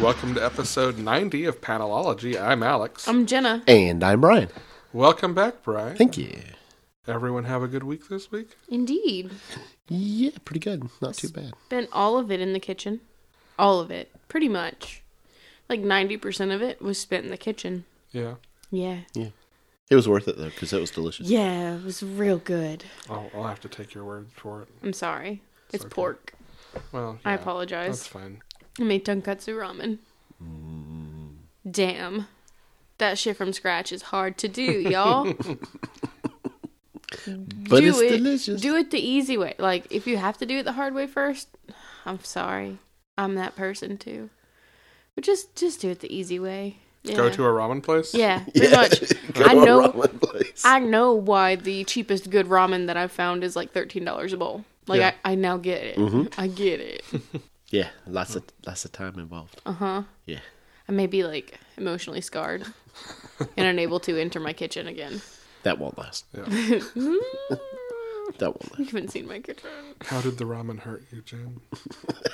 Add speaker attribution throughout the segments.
Speaker 1: Welcome to episode 90 of Panelology. I'm Alex.
Speaker 2: I'm Jenna.
Speaker 3: And I'm Brian.
Speaker 1: Welcome back, Brian.
Speaker 3: Thank you.
Speaker 1: Everyone have a good week this week?
Speaker 2: Indeed.
Speaker 3: Yeah, pretty good. Not too bad.
Speaker 2: Spent all of it in the kitchen. All of it. Pretty much. Like 90% of it was spent in the kitchen.
Speaker 1: Yeah.
Speaker 2: Yeah.
Speaker 3: It was worth it though, because it was delicious.
Speaker 2: Yeah, it was real good.
Speaker 1: I'll, I'll have to take your word for it.
Speaker 2: I'm sorry. It's
Speaker 1: okay.
Speaker 2: pork.
Speaker 1: Well,
Speaker 2: I
Speaker 1: yeah, That's
Speaker 2: apologize.
Speaker 1: fine. Mm.
Speaker 2: I made tonkatsu ramen. Damn. That shit from scratch is hard to do, y'all.
Speaker 3: But
Speaker 2: do
Speaker 3: it's
Speaker 2: it.
Speaker 3: delicious.
Speaker 2: Do it the easy way. Like if you have to do it the hard way first, I'm sorry. I'm that person too. But just just do it the easy way. Yeah.
Speaker 1: Go to a ramen place?
Speaker 2: Yeah, pretty much.
Speaker 3: Go
Speaker 2: I
Speaker 3: to a
Speaker 2: know-
Speaker 3: ramen place.
Speaker 2: I know why the cheapest good ramen that I've found is like thirteen dollars a bowl. Like
Speaker 1: Yeah.
Speaker 2: I, I now get it.
Speaker 3: Mm-hmm.
Speaker 2: I get it.
Speaker 3: yeah, lots of lots of time involved.
Speaker 2: Uh huh.
Speaker 3: Yeah.
Speaker 2: I may be like emotionally scarred and unable to enter my kitchen again. Mm,
Speaker 3: That won't last.
Speaker 1: Yeah.
Speaker 3: That won't
Speaker 2: You
Speaker 3: last.
Speaker 2: haven't seen my kitchen.
Speaker 1: How did the ramen hurt you, Jen?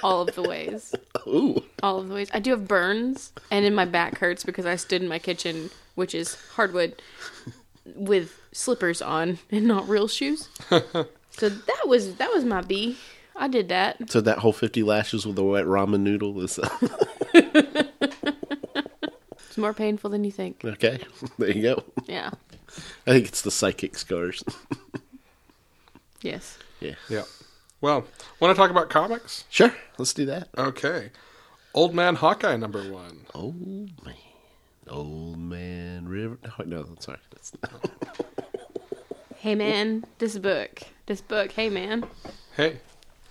Speaker 2: All of the ways.
Speaker 3: Ooh.
Speaker 2: all of the ways. I do have burns, and in my back hurts because I stood in my kitchen, which is hardwood, with slippers on and not real shoes. so that was that was my B. I did that.
Speaker 3: So that whole fifty lashes with the wet ramen noodle is
Speaker 2: It's more painful than you think.
Speaker 3: okay. There you go.
Speaker 2: Yeah.
Speaker 3: I think it's the psychic scars.
Speaker 2: Yes.
Speaker 3: yeah.
Speaker 1: Yeah. Well, want to talk about comics?
Speaker 3: Sure. Let's do that.
Speaker 1: Okay. Old Man Hawkeye number one.
Speaker 3: Old man. Old man river. No, no, I'm sorry. That's not.
Speaker 2: Hey man, this book, this book. Hey man.
Speaker 1: Hey.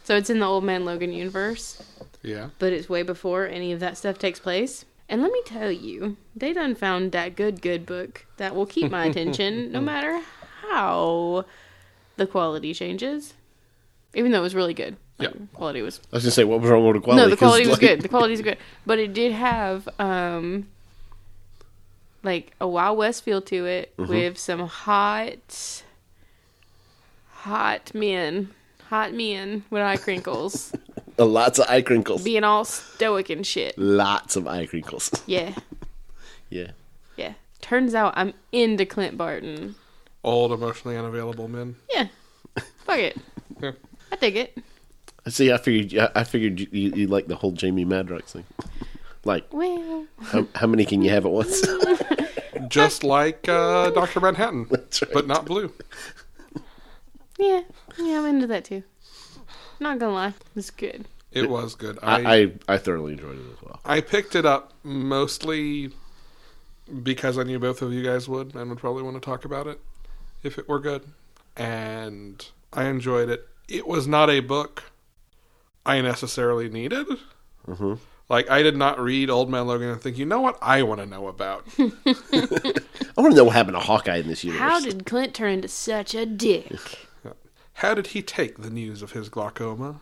Speaker 2: So it's in the Old Man Logan universe,
Speaker 1: Yeah.
Speaker 2: but it's way before any of that stuff takes place. And let me tell you, they done found that good good book that will keep my attention no matter how the quality changes. Even though it was really good. Like,
Speaker 1: Yeah.
Speaker 2: Quality was
Speaker 3: I was gonna say what was wrong with the quality?
Speaker 2: No, the
Speaker 3: 'Cause,
Speaker 2: quality was
Speaker 3: Oh, like,
Speaker 2: good. The quality's good. But it did have um like a Wild West feel to it with some hot hot men. Hot men with eye crinkles.
Speaker 3: Lots of eye crinkles.
Speaker 2: being all stoic and shit.
Speaker 3: Lots of eye crinkles.
Speaker 2: Yeah,
Speaker 3: yeah.
Speaker 2: yeah. Turns out I'm into Clint Barton.
Speaker 1: Old emotionally unavailable men.
Speaker 2: Yeah, fuck it.
Speaker 1: Yeah.
Speaker 2: I dig it.
Speaker 3: See, I figured, I- I figured you, you, you like the whole Jamie Madrox thing. Like,
Speaker 2: Well,
Speaker 3: how, how many can you have at once?
Speaker 1: Just like uh, Dr. Manhattan,
Speaker 3: That's right.
Speaker 1: but not blue.
Speaker 2: yeah, yeah. I'm into that too. Not gonna lie, it's good.
Speaker 1: It was good.
Speaker 3: I, I, I thoroughly enjoyed it as well.
Speaker 1: I picked it up mostly because I knew both of you guys would and would probably want to talk about it if it were good. And I enjoyed it. It was not a book I necessarily needed.
Speaker 3: Mm-hmm.
Speaker 1: Like, I did not read Old Man Logan and think, you know what I want to know about?
Speaker 3: I want to know what happened to Hawkeye in this universe.
Speaker 2: How did Clint turn into such a dick?
Speaker 1: How did he take the news of his glaucoma?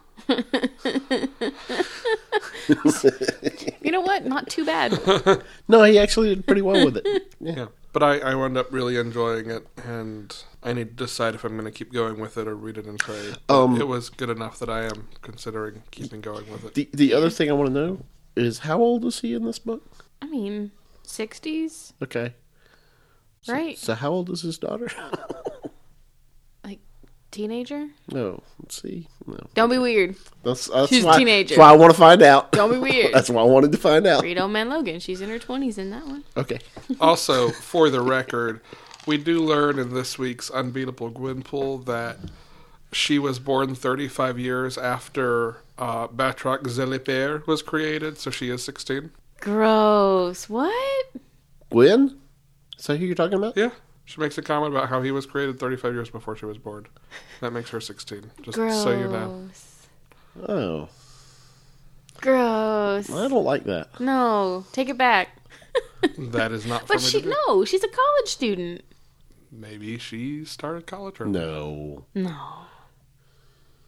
Speaker 2: You know what? Not too bad.
Speaker 3: no, he actually did pretty well with it. Yeah.
Speaker 1: Yeah. But I, I wound up really enjoying it, and I need to decide if I'm going to keep going with it or read it in trade. But
Speaker 3: Um,
Speaker 1: it was good enough that I am considering keeping going with it.
Speaker 3: The, the other thing I want to know is how old is he in this book?
Speaker 2: I mean, sixties,
Speaker 3: Okay.
Speaker 2: right?
Speaker 3: So how old is his daughter?
Speaker 2: Like teenager.
Speaker 3: no, let's see. No,
Speaker 2: Don't be weird.
Speaker 3: that's, that's
Speaker 2: She's a
Speaker 3: why,
Speaker 2: teenager.
Speaker 3: That's why I want to find out.
Speaker 2: Don't be weird.
Speaker 3: that's why I wanted to find out.
Speaker 2: Read Old Man Logan. She's in her twenties in that one.
Speaker 3: Okay.
Speaker 1: Also, for the record, we do learn in this week's Unbeatable Gwynpool that she was born 35 years after uh, Batroc Zeliper was created, so she is 16.
Speaker 2: Gross. What?
Speaker 3: Gwen. Is that who you're talking about?
Speaker 1: Yeah. She makes a comment about how he was created 35 years before she was born. That makes her 16. Just
Speaker 2: Gross.
Speaker 1: so you know.
Speaker 3: Oh,
Speaker 2: Gross.
Speaker 3: I don't like that.
Speaker 2: No, take it back.
Speaker 1: That is not for
Speaker 2: But
Speaker 1: me
Speaker 2: she
Speaker 1: to do.
Speaker 2: no, she's a college student.
Speaker 1: Maybe she started college early.
Speaker 3: No,
Speaker 2: No.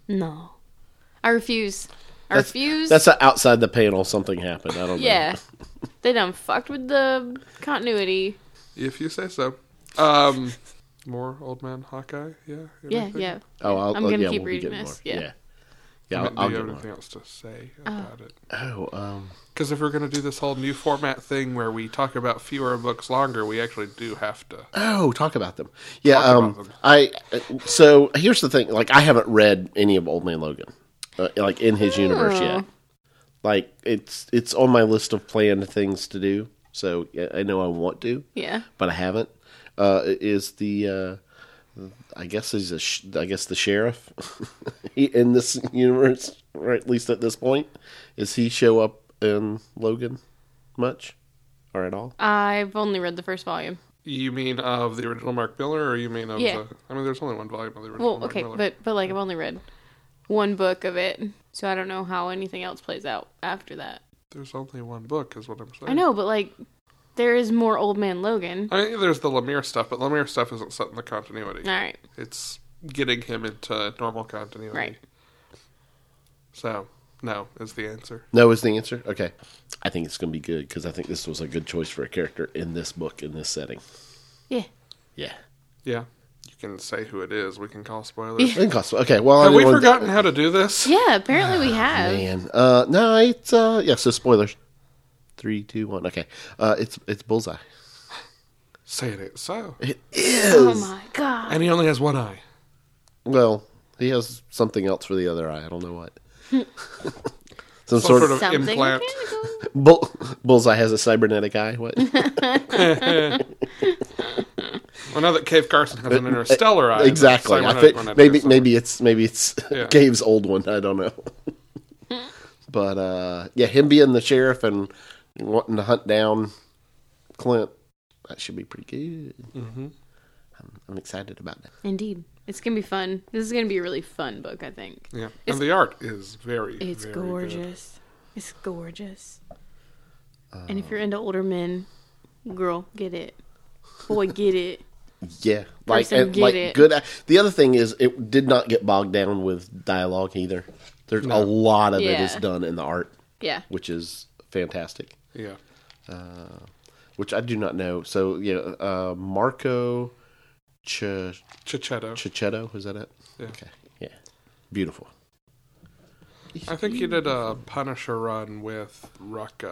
Speaker 2: No. I refuse. I
Speaker 3: That's-
Speaker 2: refuse.
Speaker 3: that's a outside the panel. Something happened. I don't know.
Speaker 2: yeah. they done fucked with the continuity.
Speaker 1: If you say so. Um, more old man Hawkeye? Yeah.
Speaker 2: Yeah,
Speaker 1: anything?
Speaker 2: yeah.
Speaker 3: Oh, I'll,
Speaker 2: I'm gonna
Speaker 3: yeah,
Speaker 2: keep
Speaker 3: we'll
Speaker 2: reading
Speaker 3: get
Speaker 2: this,
Speaker 3: More.
Speaker 2: yeah.
Speaker 3: yeah. Yeah,
Speaker 1: Do
Speaker 3: I'll, I'll
Speaker 1: you
Speaker 3: get
Speaker 1: have
Speaker 3: more.
Speaker 1: anything else to say
Speaker 2: Uh,
Speaker 1: about it?
Speaker 3: Oh, um,
Speaker 1: Because if we're going to do this whole new format thing where we talk about fewer books longer, we actually do have to.
Speaker 3: oh, talk about them. Yeah,
Speaker 1: about
Speaker 3: um,
Speaker 1: them.
Speaker 3: I. uh, So here's the thing. Like, I haven't read any of Old Man Logan, uh, like in his
Speaker 2: Oh.
Speaker 3: universe yet. Like, it's it's on my list of planned things to do. So yeah, I know I want to,
Speaker 2: Yeah.
Speaker 3: but I haven't. Uh, is the uh, I guess he's a sh- I guess the sheriff in this universe, or at least at this point, is he show up in Logan much or at all?
Speaker 2: I've only read the first volume.
Speaker 1: You mean of the original Mark Miller, or you mean of
Speaker 2: Yeah.
Speaker 1: the? I mean, there's only one volume of the original
Speaker 2: Well,
Speaker 1: Mark
Speaker 2: okay,
Speaker 1: Miller.
Speaker 2: but but like I've only read one book of it, so I don't know how anything else plays out after that.
Speaker 1: there's only one book, is what I'm saying.
Speaker 2: I know, but like there is more Old Man Logan.
Speaker 1: I mean, there's the Lemire stuff, but Lemire stuff isn't set in the continuity.
Speaker 2: All right,
Speaker 1: It's getting him into normal continuity.
Speaker 2: Right.
Speaker 1: So, no is the answer.
Speaker 3: No is the answer. Okay, I think it's going to be good because I think this was a good choice for a character in this book in this setting.
Speaker 2: yeah,
Speaker 3: Yeah.
Speaker 1: Yeah. You can say who it is. We can call spoilers.
Speaker 3: I think also- Okay. Well, I
Speaker 1: Have we
Speaker 3: didn't want-
Speaker 1: forgotten how to do this?
Speaker 2: yeah. Apparently we have.
Speaker 3: Ah, Man, uh, no, it's uh, yeah. So spoilers. Three, two, one. Okay, uh, it's it's bullseye.
Speaker 1: Say it ain't so.
Speaker 3: It is.
Speaker 2: Oh my god.
Speaker 1: And he only has one eye.
Speaker 3: Well, he has something else for the other eye. I don't know what. Some,
Speaker 1: Some
Speaker 3: sort,
Speaker 1: sort
Speaker 3: of,
Speaker 1: of
Speaker 2: Something
Speaker 1: implant.
Speaker 2: mechanical.
Speaker 3: bull, bullseye has a cybernetic eye. What?
Speaker 1: Well, now that Cave Carson has an interstellar eye.
Speaker 3: Uh, exactly.
Speaker 1: that's
Speaker 3: I
Speaker 1: Simon
Speaker 3: think
Speaker 1: Hunt
Speaker 3: maybe
Speaker 1: Anderson.
Speaker 3: maybe it's maybe it's
Speaker 1: Yeah.
Speaker 3: Gabe's old one. I don't know. but uh, yeah, him being the sheriff and wanting to hunt down Clint, that should be pretty good. I'm, I'm excited about that.
Speaker 2: Indeed, it's gonna be fun. This is gonna be a really fun book. I think
Speaker 1: Yeah. And the art is very,
Speaker 2: it's
Speaker 1: very good.
Speaker 2: gorgeous. It's gorgeous. and
Speaker 3: Uh,
Speaker 2: if you're into older men, girl, get it. Boy, get it.
Speaker 3: Yeah, like
Speaker 2: Person,
Speaker 3: and,
Speaker 2: get
Speaker 3: like
Speaker 2: it.
Speaker 3: good. The other thing is, it did not get bogged down with dialogue either. There's a lot of it is
Speaker 2: Yeah.
Speaker 3: done in the art,
Speaker 2: Yeah.
Speaker 3: which is fantastic. Uh,
Speaker 1: Yeah.
Speaker 3: Which I do not know. So yeah, uh, Marco Ch-
Speaker 1: Chichetto.
Speaker 3: Chichetto is that it?
Speaker 1: Yeah.
Speaker 3: Okay, yeah, beautiful.
Speaker 1: I think he did a Punisher run with Rucka.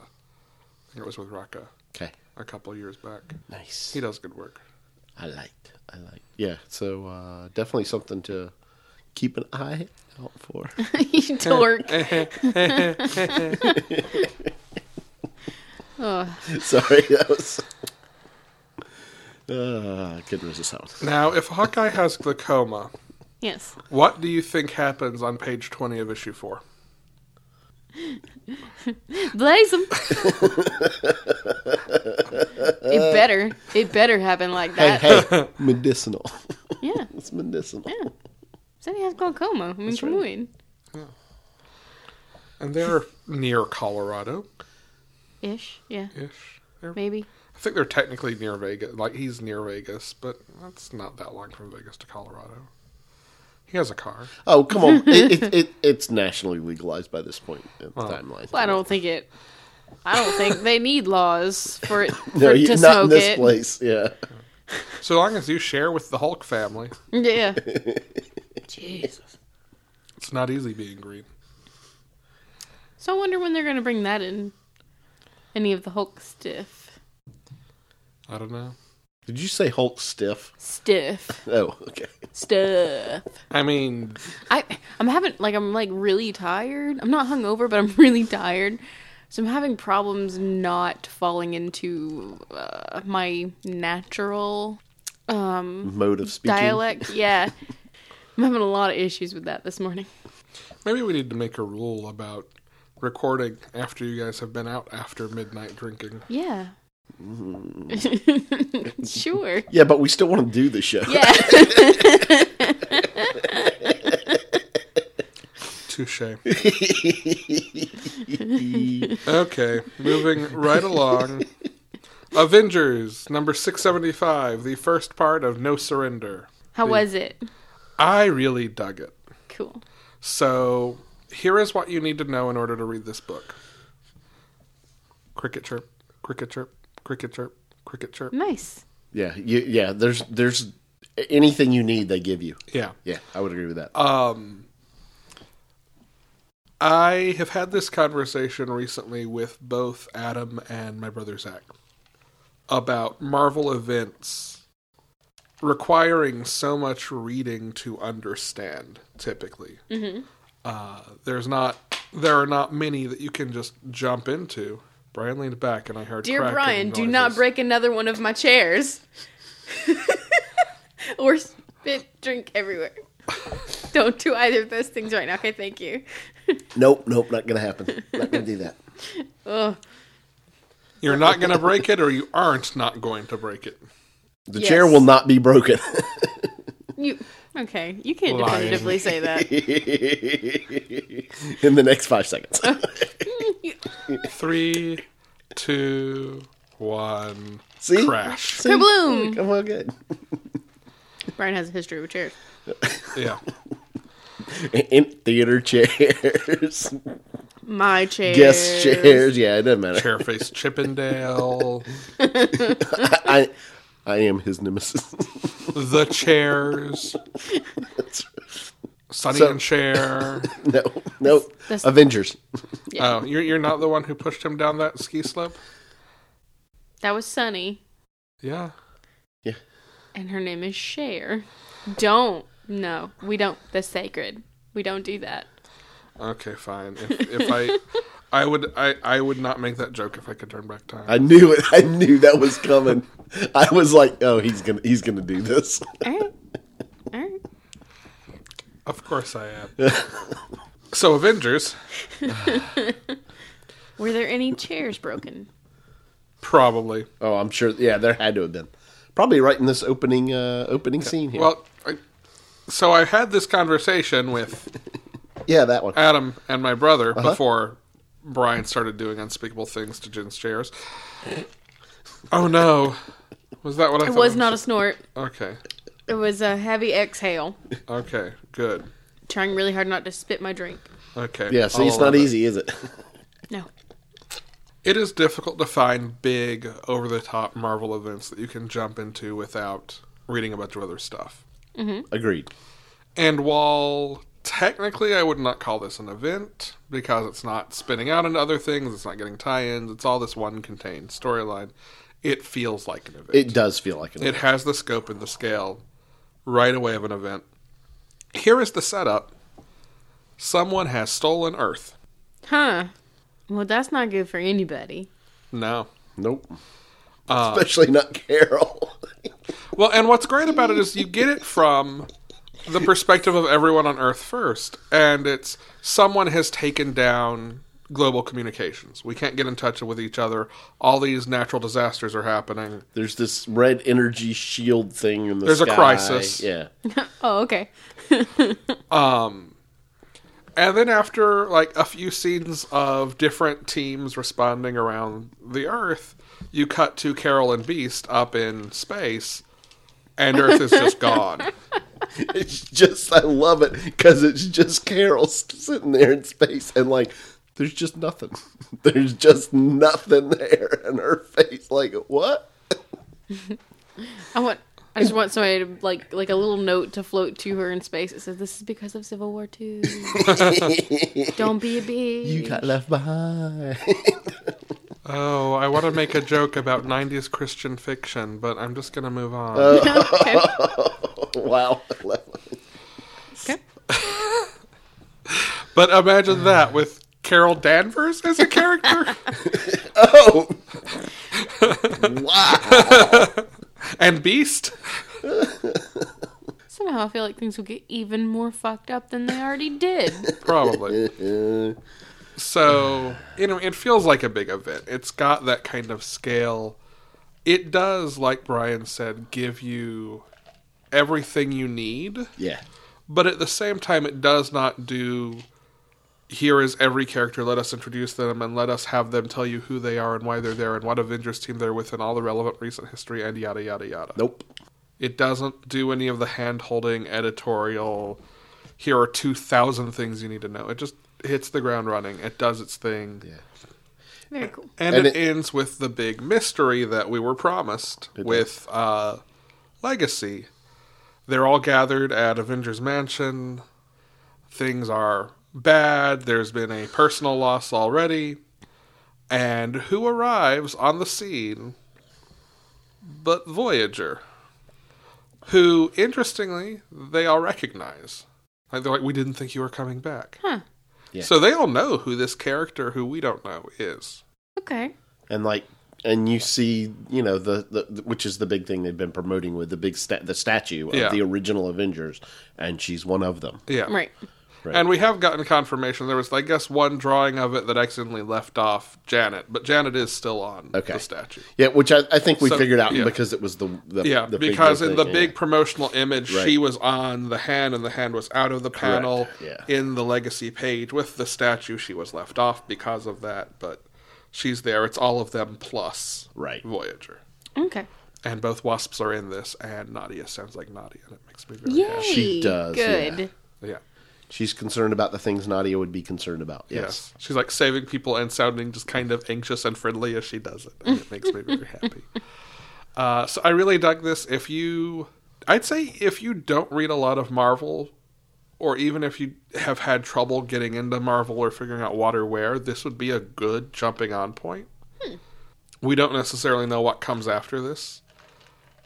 Speaker 1: I think it was with Rucka
Speaker 3: Okay,
Speaker 1: a couple years back.
Speaker 3: nice.
Speaker 1: He does good work.
Speaker 3: I liked. I liked. Yeah, so uh, definitely something to keep an eye out for.
Speaker 2: you dork. oh,
Speaker 3: Sorry, that was. Uh, couldn't resist that one.
Speaker 1: Now, if Hawkeye has glaucoma,
Speaker 2: yes.
Speaker 1: what do you think happens on page 20 of issue 4?
Speaker 2: Blaze 'em. it better. It better happen like that.
Speaker 3: hey, hey, medicinal.
Speaker 2: Yeah.
Speaker 3: it's medicinal.
Speaker 2: Yeah. Said he has glaucoma. I mean, come
Speaker 3: right.
Speaker 2: on.
Speaker 1: And they're near Colorado
Speaker 2: Ish. Yeah.
Speaker 1: ish. I
Speaker 2: Maybe.
Speaker 1: think they're technically near Vegas. Like, he's near Vegas, but that's not that long from Vegas to Colorado. He has a car.
Speaker 3: Oh, come on. it, it, it, it's nationally legalized by this point in the timeline.
Speaker 2: Well, I don't think it. I don't think they need laws for it for
Speaker 3: no,
Speaker 2: it
Speaker 3: you-
Speaker 2: to
Speaker 3: not
Speaker 2: smoke
Speaker 3: in this
Speaker 2: it.
Speaker 3: place. Yeah.
Speaker 1: So long as you share with the Hulk family,
Speaker 2: Yeah. Jesus.
Speaker 1: it's not easy being green.
Speaker 2: So I wonder when they're gonna bring that in. Any of the Hulk stiff
Speaker 1: I don't know.
Speaker 3: Did you say Hulk stiff?
Speaker 2: stiff
Speaker 3: Oh, okay.
Speaker 2: stuff.
Speaker 1: I mean,
Speaker 2: I I'm having like I'm like really tired. I'm not hungover, but I'm really tired. So I'm having problems not falling into uh, my natural um,
Speaker 3: Mode of speaking.
Speaker 2: dialect. Yeah, I'm having a lot of issues with that this morning.
Speaker 1: maybe we need to make a rule about recording after you guys have been out after midnight drinking.
Speaker 2: Yeah, sure.
Speaker 3: Yeah, but we still want to do the show.
Speaker 2: Yeah.
Speaker 1: Touche. okay, moving right along. Avengers number 675, the first part of No Surrender.
Speaker 2: How was it?
Speaker 1: I really dug it.
Speaker 2: Cool.
Speaker 1: So, here is what you need to know in order to read this book. Cricket chirp, cricket chirp, cricket chirp, cricket chirp.
Speaker 2: Nice.
Speaker 3: yeah, you, yeah. There's there's anything you need they give you.
Speaker 1: Yeah.
Speaker 3: Yeah, I would agree with that.
Speaker 1: Um, I have had this conversation recently with both Adam and my brother Zach about Marvel events requiring so much reading to understand. Typically,
Speaker 2: Mm-hmm.
Speaker 1: uh, there's not there are not many that you can just jump into. Brian leaned back, and I heard.
Speaker 2: Dear
Speaker 1: cracking
Speaker 2: Brian, do not
Speaker 1: noises.
Speaker 2: break another one of my chairs. or spit drink everywhere. Don't do either of those things right now. Okay, thank you.
Speaker 3: nope, nope, not gonna happen. Not gonna do that.
Speaker 2: Ugh.
Speaker 1: You're not going to break it, or you aren't not going to break it.
Speaker 3: The
Speaker 2: Yes.
Speaker 3: chair will not be broken.
Speaker 2: You okay, you can't
Speaker 1: Lying.
Speaker 2: definitively say that.
Speaker 3: in the next five seconds.
Speaker 1: Three, two, one.
Speaker 3: See,
Speaker 1: Crash.
Speaker 3: See?
Speaker 2: Kabloom.
Speaker 3: Come on, good.
Speaker 2: Brian has a history with chairs.
Speaker 1: Yeah.
Speaker 3: In theater chairs,
Speaker 2: My chair.
Speaker 3: guest chairs. Yeah, it doesn't matter.
Speaker 1: Chairface Chippendale,
Speaker 3: I, I am his nemesis.
Speaker 1: The Chairs, Sonny
Speaker 3: So-
Speaker 1: and Cher.
Speaker 3: no, no.
Speaker 2: That's-
Speaker 3: Avengers.
Speaker 1: Oh, you're, you're not the one who pushed him down that ski slope?
Speaker 2: That was Sunny,
Speaker 1: Yeah.
Speaker 2: and her name is Cher. Don't. No, we don't. That's sacred. We don't do that.
Speaker 1: Okay, fine. If, if I. I would I, I would not make that joke if I could turn back time.
Speaker 3: I knew it. I knew that was coming. I was like, oh, he's gonna, he's gonna do this.
Speaker 2: All right. All right.
Speaker 1: of course I am. so Avengers,
Speaker 2: Were there any chairs broken?
Speaker 1: probably.
Speaker 3: Oh, I'm sure. Yeah, there had to have been. Probably right in this opening, uh, opening scene here.
Speaker 1: Well, I, so I had this conversation with
Speaker 3: yeah, that one.
Speaker 1: Adam and my brother
Speaker 3: Uh-huh.
Speaker 1: before Brian started doing unspeakable things to Jen's chairs. Oh no. Was that what I
Speaker 2: It
Speaker 1: thought?
Speaker 2: was not a snort.
Speaker 1: Okay.
Speaker 2: It was a heavy exhale.
Speaker 1: Okay. Good.
Speaker 2: Trying really hard not to spit my drink.
Speaker 1: Okay.
Speaker 3: yeah, see,
Speaker 1: I'll
Speaker 3: it's not
Speaker 1: allow it.
Speaker 3: easy, is it?
Speaker 2: Hmm? No.
Speaker 1: It is difficult to find big, over the top Marvel events that you can jump into without reading a bunch of other stuff.
Speaker 3: Agreed.
Speaker 1: And while technically I would not call this an event because it's not spinning out into other things, it's not getting tie ins, it's all this one contained storyline, it feels like an event.
Speaker 3: It does feel like an
Speaker 1: It has the scope and the scale right away of an event. Here is the setup someone has stolen Earth.
Speaker 2: Huh. Well, that's not good for anybody.
Speaker 1: No.
Speaker 3: Nope.
Speaker 1: Uh,
Speaker 3: Especially not Carol.
Speaker 1: Well, and what's great about it is you get it from the perspective of everyone on Earth first. And it's someone has taken down global communications. We can't get in touch with each other. All these natural disasters are happening.
Speaker 3: There's this red energy shield thing in the
Speaker 1: There's a
Speaker 3: sky.
Speaker 1: crisis.
Speaker 3: Yeah.
Speaker 2: Oh, okay.
Speaker 1: And then after like a few scenes of different teams responding around the Earth, you cut to Carol and Beast up in space, and Earth is just gone.
Speaker 3: It's just I love it because it's just Carol s- sitting there in space and like there's just nothing. There's just nothing there in her face. Like what?
Speaker 2: I want. I just want somebody to like like a little note to float to her in space. It says, "This is because of Civil War Two. Don't be a bitch."
Speaker 3: You got left behind.
Speaker 1: Oh, I want to make a joke about 90s Christian fiction, but I'm just going to move on.
Speaker 2: Uh. okay.
Speaker 3: wow.
Speaker 2: okay.
Speaker 1: But imagine that with Carol Danvers as a character
Speaker 3: Oh. wow.
Speaker 1: and Beast.
Speaker 2: Somehow I feel like things will get even more fucked up than they already did.
Speaker 1: Probably. So, you know, it feels like a big event. It's got that kind of scale it does, like Brian said, give you everything you need,
Speaker 3: Yeah.
Speaker 1: but at the same time, it does not do. Here is every character. Let us introduce them and let us have them tell you who they are and why they're there and what Avengers team they're with and all the relevant recent history and yada yada yada.
Speaker 3: Nope.
Speaker 1: It doesn't do any of the hand holding editorial. Here are two thousand things you need to know. It just hits the ground running. It does its thing,
Speaker 2: Very cool.
Speaker 1: and,
Speaker 3: And
Speaker 1: it,
Speaker 3: it-
Speaker 1: ends with the big mystery that we were promised with uh, Legacy. They're all gathered at Avengers Mansion. Things are bad. There's been a personal loss already, and who arrives on the scene? But Voyager who interestingly they all recognize. Like they're like, we didn't think you were coming back.
Speaker 2: Huh.
Speaker 3: Yeah.
Speaker 1: So they all know who this character, who we don't know, is.
Speaker 2: Okay.
Speaker 3: and like and you see you know the, the which is the big thing they've been promoting with the big sta- the statue of
Speaker 1: Yeah.
Speaker 3: the original avengers and she's one of them
Speaker 1: Yeah.
Speaker 2: Right.
Speaker 3: right
Speaker 1: And we have gotten confirmation. There was, I guess, one drawing of it that accidentally left off Janet, but Janet is still on
Speaker 3: Okay.
Speaker 1: the statue.
Speaker 3: yeah which i, I think we
Speaker 1: So-
Speaker 3: figured out
Speaker 1: yeah.
Speaker 3: because it was the, the
Speaker 1: Yeah,
Speaker 3: the big,
Speaker 1: because
Speaker 3: big
Speaker 1: in the
Speaker 3: thing,
Speaker 1: big promotional image,
Speaker 3: Right.
Speaker 1: she was on the hand, and the hand was out of the panel.
Speaker 3: yeah.
Speaker 1: In the legacy page with the statue, she was left off because of that, but she's there. It's all of them plus
Speaker 3: Right.
Speaker 1: Voyager.
Speaker 2: Okay.
Speaker 1: and both wasps are in this, and Nadia sounds like Nadia, and it makes me very
Speaker 2: Yay.
Speaker 1: happy.
Speaker 3: She does,
Speaker 2: Good.
Speaker 3: yeah.
Speaker 1: Yeah.
Speaker 3: she's concerned about the things nadia would be concerned about
Speaker 1: Yes.
Speaker 3: yes
Speaker 1: She's like saving people and sounding just kind of anxious and friendly as she does it. And it makes me very happy. Uh, so I really dug this. If you, I'd say if you don't read a lot of Marvel, or even if you have had trouble getting into Marvel or figuring out what or where, this would be a good jumping on point. We don't necessarily know what comes after this.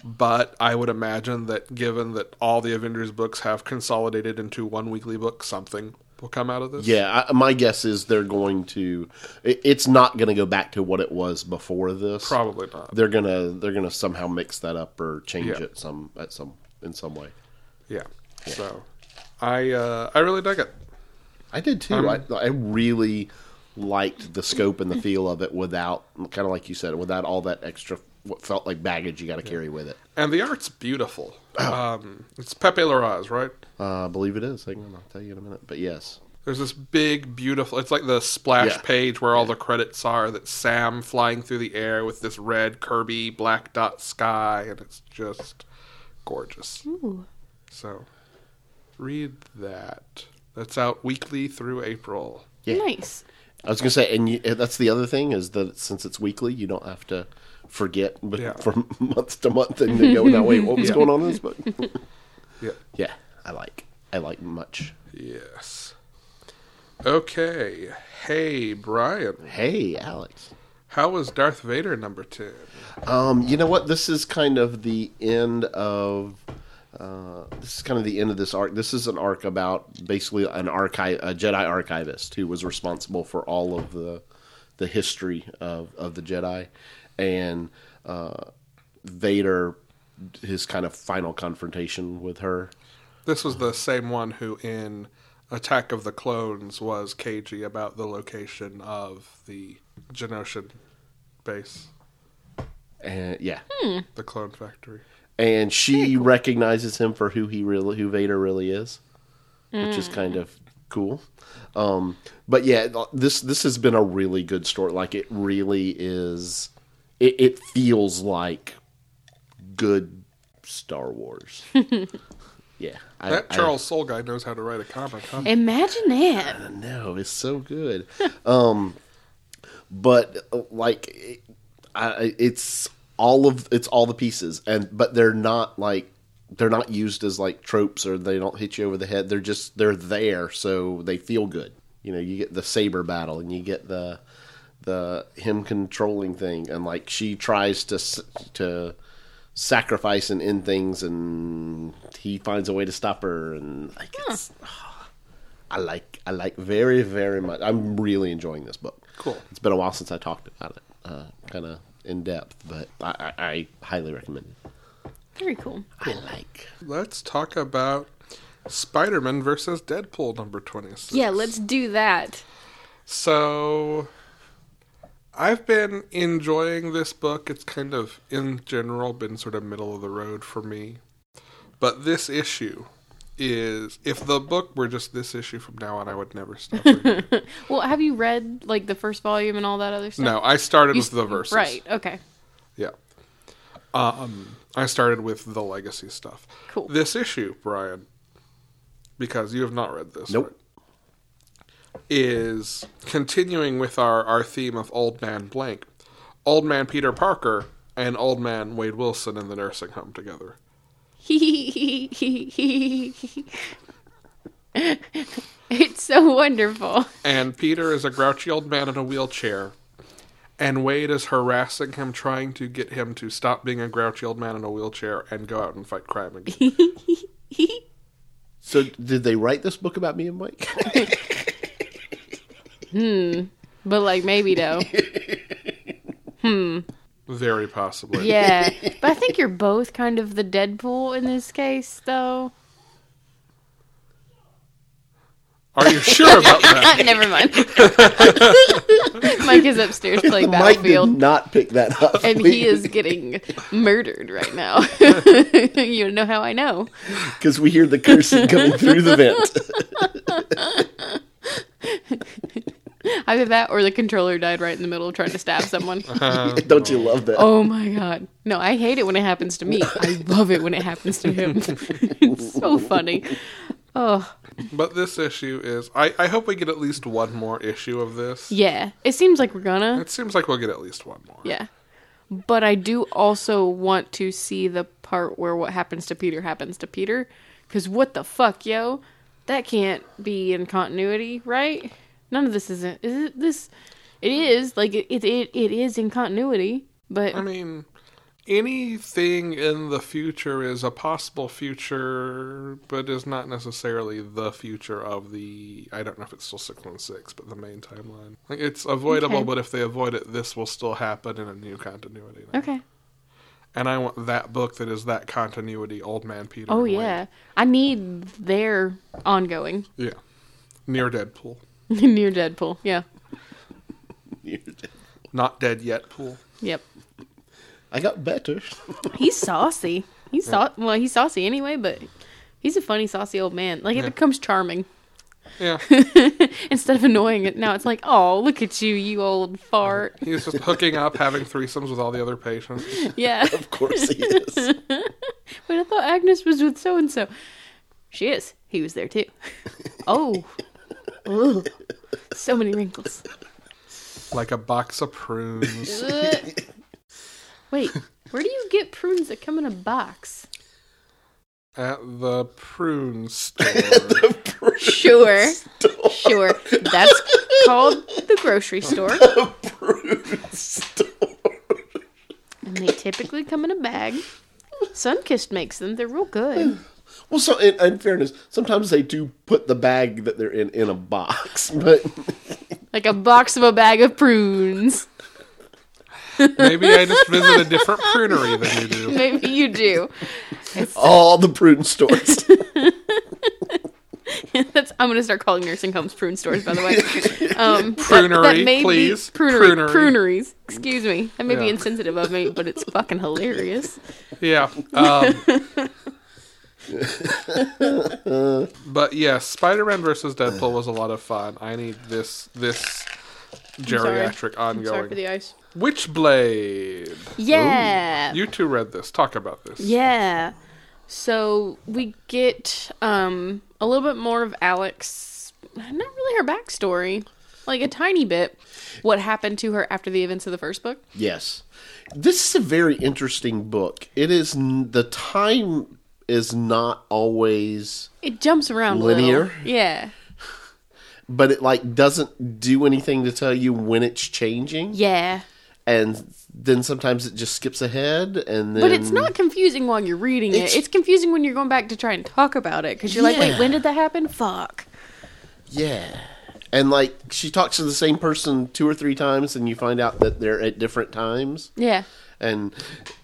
Speaker 1: But I would imagine that given that all the Avengers books have consolidated into one weekly book, something will come out of this.
Speaker 3: yeah I, my guess is they're going to it, it's not going to go back to what it was before this
Speaker 1: Probably not.
Speaker 3: they're gonna they're gonna somehow mix that up or change
Speaker 1: Yeah.
Speaker 3: it some at some in some way
Speaker 1: Yeah. So, I uh, I really dug it.
Speaker 3: I did
Speaker 1: Um,
Speaker 3: too. I, I really liked the scope and the feel of it without, kind of like you said, without all that extra what felt like baggage you got to carry with it.
Speaker 1: And the art's beautiful. Um, it's Pepe Larraz, right?
Speaker 3: Uh, I believe it is. Hang on, I'll tell you in a minute. But yes,
Speaker 1: There's this big, beautiful. It's like the splash
Speaker 3: Yeah.
Speaker 1: page where all the credits are. That Sam flying through the air with this red Kirby black dot sky, and it's just gorgeous.
Speaker 2: Ooh.
Speaker 1: So, read that. That's out weekly through April.
Speaker 3: Yeah.
Speaker 2: Nice.
Speaker 3: I was gonna say, and you, that's the other thing is that since it's weekly, you don't have to forget b-
Speaker 1: Yeah.
Speaker 3: from month to month and then go, now wait, what was
Speaker 1: Yeah.
Speaker 3: going on in this book?
Speaker 1: Yeah.
Speaker 3: yeah, I like, I like much.
Speaker 1: Yes. Okay. Hey, Brian.
Speaker 3: Hey, Alex.
Speaker 1: How was Darth Vader number 10?
Speaker 3: Um, you know what? This is kind of the end of. Uh, this is kind of the end of this arc. This is an arc about basically an archive, a Jedi archivist who was responsible for all of the the history of, of the Jedi, and uh, Vader, his kind of final confrontation with her.
Speaker 1: This was the same one who in Attack of the Clones was cagey about the location of the Genosha base,
Speaker 3: And yeah,
Speaker 1: the clone factory.
Speaker 3: and she recognizes him for who he really who Vader really is, which is kind of cool. Um, but yeah, th- this this has been a really good story. Like it really is. It, it feels like good Star Wars. yeah, I-
Speaker 1: that
Speaker 3: I-
Speaker 1: Charles Soule guy knows how to write a comic. Huh?
Speaker 2: Imagine that.
Speaker 3: no, it's so good. um, but uh, like, it, I, I- it's all of it's all the pieces, and but they're not like they're not used as like tropes or they don't hit you over the head. They're just they're there, so they feel good. You know, you get the saber battle, and you get the the him controlling thing, and like she tries to s- to sacrifice and end things, and he finds a way to stop her, and like it's. I like I like very very much. I'm really enjoying this book.
Speaker 1: Cool.
Speaker 3: It's been a while since I talked about it, uh, kind of in depth, but I, I, I highly recommend it.
Speaker 2: Very cool.
Speaker 3: I like.
Speaker 1: Let's talk about Spider Man versus Deadpool number 26.
Speaker 2: Yeah, let's do that.
Speaker 1: So, I've been enjoying this book. It's kind of, in general, been sort of middle of the road for me. But this issue is, if the book were just this issue from now on, I would never stop reading. it.
Speaker 2: well, have you read like the first volume and all that other stuff?
Speaker 1: no, I started
Speaker 2: You-
Speaker 1: with the verses.
Speaker 2: Right. Okay.
Speaker 1: Yeah. Um, I started with the legacy stuff.
Speaker 2: Cool.
Speaker 1: This issue, Brian, because you have not read this.
Speaker 3: Nope.
Speaker 1: right, Is continuing with our, our theme of Old Man Blank. Old Man Peter Parker and Old Man Wade Wilson in the nursing home together.
Speaker 2: it's so wonderful.
Speaker 1: And Peter is a grouchy old man in a wheelchair. And Wade is harassing him, trying to get him to stop being a grouchy old man in a wheelchair and go out and fight crime again.
Speaker 3: So, did they write this book about me and Mike?
Speaker 2: But like maybe though.
Speaker 1: Very possibly.
Speaker 2: Yeah. But I think you're both kind of the Deadpool in this case though.
Speaker 1: Are you sure about that?
Speaker 2: Ah, Never mind. Mike is upstairs playing
Speaker 3: Mike did
Speaker 2: Battlefield.
Speaker 3: not pick that up.
Speaker 2: And he is getting murdered right now. you know how I know.
Speaker 3: because we hear the cursing coming through the vent.
Speaker 2: Either that or the controller died right in the middle of trying to stab someone.
Speaker 3: Don't you love that?
Speaker 2: Oh my god. No, I hate it when it happens to me. I love it when it happens to him. it's so funny. Oh,
Speaker 1: But this issue is. I, I hope we get at least one more issue of this.
Speaker 2: yeah. It seems like we're gonna.
Speaker 1: It seems like we'll get at least one more.
Speaker 2: Yeah. But I do also want to see the part where what happens to Peter happens to Peter. Because what the fuck, yo? That can't be in continuity, right? None of this isn't. Is it this? It is. Like, it, it, it, it is in continuity. But
Speaker 1: I mean, anything in the future is a possible future, but is not necessarily the future of the. I don't know if it's still 616, but the main timeline. Like, it's avoidable,
Speaker 2: Okay.
Speaker 1: but if they avoid it, this will still happen in a new continuity.
Speaker 2: okay.
Speaker 1: And I want that book that is that continuity, Old Man Peter.
Speaker 2: Oh
Speaker 1: and Wade.
Speaker 2: yeah, I need their ongoing
Speaker 1: Yeah. Near Deadpool.
Speaker 2: near Deadpool. Yeah.
Speaker 1: Not dead yet, Pool.
Speaker 2: Yep.
Speaker 3: I got better.
Speaker 2: He's saucy. He's sau- well, he's saucy anyway, but he's a funny saucy old man. Like it becomes charming.
Speaker 1: Yeah.
Speaker 2: Instead of annoying it now it's like, "Oh, look at you, you old fart."
Speaker 1: He's just hooking up, having threesomes with all the other patients.
Speaker 2: Yeah.
Speaker 3: Of course he is.
Speaker 2: but I thought Agnes was with so and so. She is. He was there too. Oh. Ugh. So many wrinkles.
Speaker 1: Like a box of prunes.
Speaker 2: Ugh. Wait, where do you get prunes that come in a box?
Speaker 1: At the prune store.
Speaker 2: Sure. Sure. That's called the grocery store. And they typically come in a bag. Sunkist makes them. They're real good.
Speaker 3: Well, so in, in fairness, sometimes they do put the bag that they're in in a box, but
Speaker 2: Like a box of a bag of prunes.
Speaker 1: Maybe I just visit a different prunery than you do.
Speaker 2: Maybe you do.
Speaker 3: all the prune stores.
Speaker 2: That's I'm gonna start calling nursing homes prune stores, by the way. Um that-
Speaker 1: Prunery,
Speaker 2: be-
Speaker 1: please.
Speaker 2: prunery,
Speaker 1: Prunery.
Speaker 2: pruneries. Excuse me. That may be
Speaker 1: Yeah.
Speaker 2: insensitive of me, but it's fucking hilarious.
Speaker 1: Yeah. Um, but yes, Spider Man versus Deadpool was a lot of fun. I need this this geriatric
Speaker 2: Sorry for
Speaker 1: ongoing.
Speaker 2: the ice.
Speaker 1: Witchblade.
Speaker 2: Yeah.
Speaker 1: You two read this. Talk about this.
Speaker 2: Yeah. So we get um, a little bit more of Alex, not really her backstory, like a tiny bit, what happened to her after the events of the first book.
Speaker 3: yes, this is a very interesting book. It is n- the time is not always,
Speaker 2: It jumps around a little.
Speaker 3: Linear?
Speaker 2: Yeah.
Speaker 3: but it like doesn't do anything to tell you when it's changing,
Speaker 2: Yeah.
Speaker 3: and then sometimes it just skips ahead, and then
Speaker 2: But it's not confusing while you're reading it.
Speaker 3: It's-
Speaker 2: It's confusing when you're going back to try and talk about it because you're like, wait,
Speaker 3: Yeah.
Speaker 2: when did that happen? Fuck.
Speaker 3: Yeah. And like she talks to the same person two or three times and you find out that they're at different times
Speaker 2: Yeah.
Speaker 3: and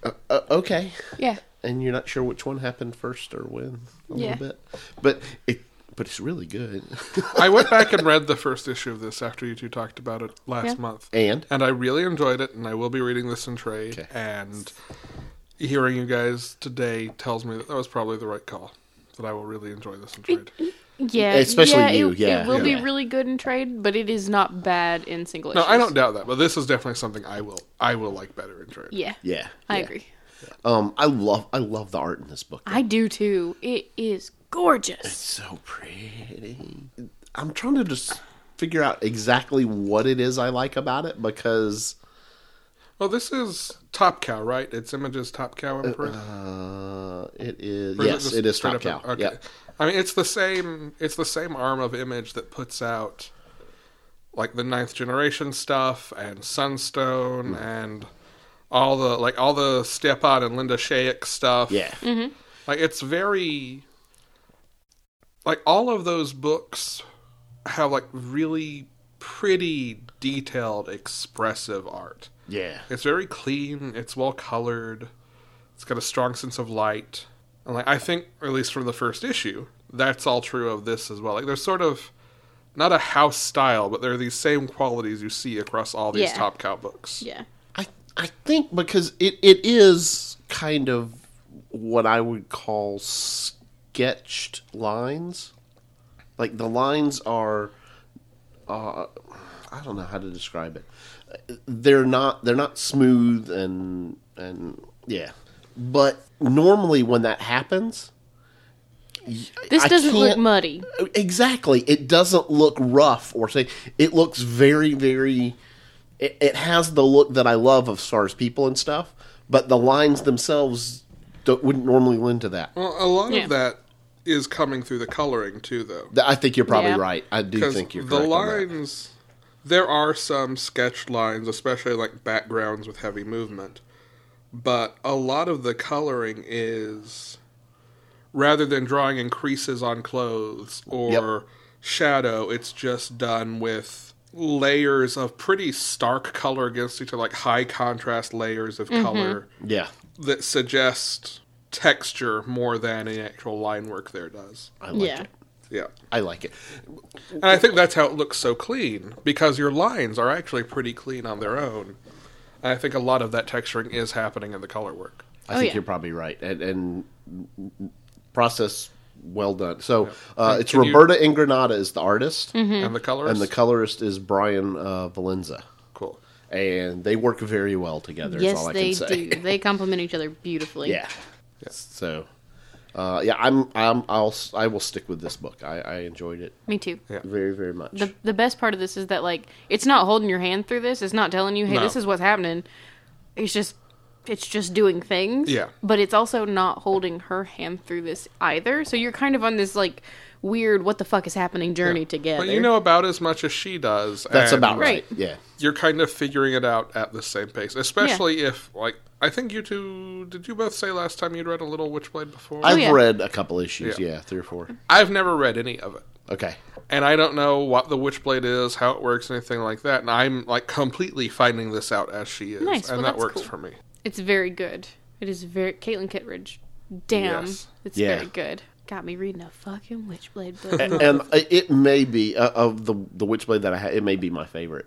Speaker 3: uh, uh, okay.
Speaker 2: Yeah.
Speaker 3: And you're not sure which one happened first or when a
Speaker 2: Yeah.
Speaker 3: little bit. But it but it's really good.
Speaker 1: I went back and read the first issue of this after you two talked about it last
Speaker 2: Yeah.
Speaker 1: month.
Speaker 3: and
Speaker 1: And I really enjoyed it, and I will be reading this in trade.
Speaker 3: Okay.
Speaker 1: And hearing you guys today tells me that that was probably the right call. That I will really enjoy this in trade.
Speaker 2: Yeah,
Speaker 3: Especially
Speaker 2: yeah,
Speaker 3: you,
Speaker 2: It,
Speaker 3: yeah,
Speaker 2: it will
Speaker 3: yeah.
Speaker 2: be really good in trade, but it is not bad in single.
Speaker 1: No, I
Speaker 2: issues.
Speaker 1: don't doubt that, but this is definitely something I will I will like better in trade.
Speaker 2: Yeah,
Speaker 3: yeah,
Speaker 2: I
Speaker 3: yeah.
Speaker 2: agree.
Speaker 3: Um, I love I love the art in this book.
Speaker 2: I do too. It is gorgeous.
Speaker 3: so pretty. I'm trying to just figure out exactly what it is I like about it because
Speaker 1: Well, this is Top Cow, right? It's Images Top Cow imprint.
Speaker 3: uh, it is
Speaker 1: Or is
Speaker 3: yes,
Speaker 1: just
Speaker 3: it is
Speaker 1: straight
Speaker 3: Top Cow.
Speaker 1: up- Okay.
Speaker 3: Yeah.
Speaker 1: I mean, it's the same. It's the same arm of Image that puts out like the Ninth Generation stuff and Sunstone
Speaker 3: Hmm.
Speaker 1: and all the like all the Stepan and Linda Shaik stuff.
Speaker 3: Yeah.
Speaker 1: Like it's very like all of those books have like really pretty detailed expressive art.
Speaker 3: Yeah.
Speaker 1: It's very clean. It's well colored. It's got a strong sense of light. And like I think, or at least from the first issue, that's all true of this as well. Like there's sort of not a house style, but there are these same qualities you see across all these
Speaker 2: Yeah.
Speaker 1: Top Cow books.
Speaker 2: Yeah,
Speaker 3: I I think because it, it is kind of what I would call sketched lines. Like the lines are uh, I don't know how to describe it. They're not they're not smooth and and yeah. But normally when that happens y-
Speaker 2: this
Speaker 3: I
Speaker 2: doesn't look
Speaker 3: can't-
Speaker 2: muddy.
Speaker 3: Exactly. It doesn't look rough or say it looks very, very. It, it has the look that I love of stars, people, and stuff, but the lines themselves don't, wouldn't normally lend to that.
Speaker 1: Well, a lot
Speaker 2: Yeah.
Speaker 1: of that is coming through the coloring too, though.
Speaker 3: Th- I think you're probably
Speaker 2: Yeah.
Speaker 3: right. I do
Speaker 1: Because
Speaker 3: think you're
Speaker 1: the
Speaker 3: correct. on that.
Speaker 1: lines, there are some sketched lines, especially like backgrounds with heavy movement. But a lot of the coloring is rather than drawing in creases on clothes or shadow, it's just done with layers of pretty stark color against each other, like high contrast layers of color
Speaker 3: Yeah,
Speaker 1: that suggest texture more than any actual line work there does.
Speaker 3: I like
Speaker 2: yeah,
Speaker 3: it.
Speaker 1: Yeah.
Speaker 3: I like it.
Speaker 1: And I think that's how it looks so clean because your lines are actually pretty clean on their own. And I think a lot of that texturing is happening in the color work.
Speaker 3: I
Speaker 2: Oh,
Speaker 3: think
Speaker 2: yeah.
Speaker 3: you're probably right. And, and process well done. So uh, it's
Speaker 1: Can you-
Speaker 3: Roberta Ingranata is the artist,
Speaker 2: Mm-hmm.
Speaker 1: And the colors?
Speaker 3: and the colorist is Brian uh, Valenza.
Speaker 1: cool.
Speaker 3: And they work very well together. is
Speaker 2: yes,
Speaker 3: all I
Speaker 2: they
Speaker 3: can say.
Speaker 2: do. They complement each other beautifully.
Speaker 3: Yeah. So, uh, yeah, I'm, I'm, I'll, s- I will stick with this book. I, I enjoyed it
Speaker 2: me too.
Speaker 1: Yeah.
Speaker 3: very, very much.
Speaker 2: The the best part of this is that like it's not holding your hand through this. It's not telling you, hey,
Speaker 1: No.
Speaker 2: this is what's happening. It's just it's just doing things.
Speaker 1: Yeah.
Speaker 2: But it's also not holding her hand through this either. So you're kind of on this like weird what the fuck is happening journey together.
Speaker 1: But you know about as much as she does.
Speaker 3: That's
Speaker 1: and
Speaker 3: about right.
Speaker 2: Right.
Speaker 3: Yeah.
Speaker 1: You're kind of figuring it out at the same pace, especially if, like, I think you two did you both say last time you'd read a little Witchblade before?
Speaker 3: I've
Speaker 2: Oh, yeah. Mm-hmm.
Speaker 3: read a couple issues. Yeah.
Speaker 1: Yeah.
Speaker 3: three or four.
Speaker 1: I've never read any of it.
Speaker 3: Okay.
Speaker 1: and I don't know what the Witchblade is, how it works, anything like that. And I'm like completely finding this out as she is,
Speaker 2: Nice,
Speaker 1: and
Speaker 2: well,
Speaker 1: that
Speaker 2: that's
Speaker 1: works
Speaker 2: cool.
Speaker 1: for me.
Speaker 2: It's very good. It is very Caitlin Kittredge. Damn.
Speaker 1: Yes.
Speaker 2: It's
Speaker 3: Yeah.
Speaker 2: very good. Got me reading a fucking Witchblade book.
Speaker 3: And, I- it may be uh, of the the Witchblade that I had. It may be my favorite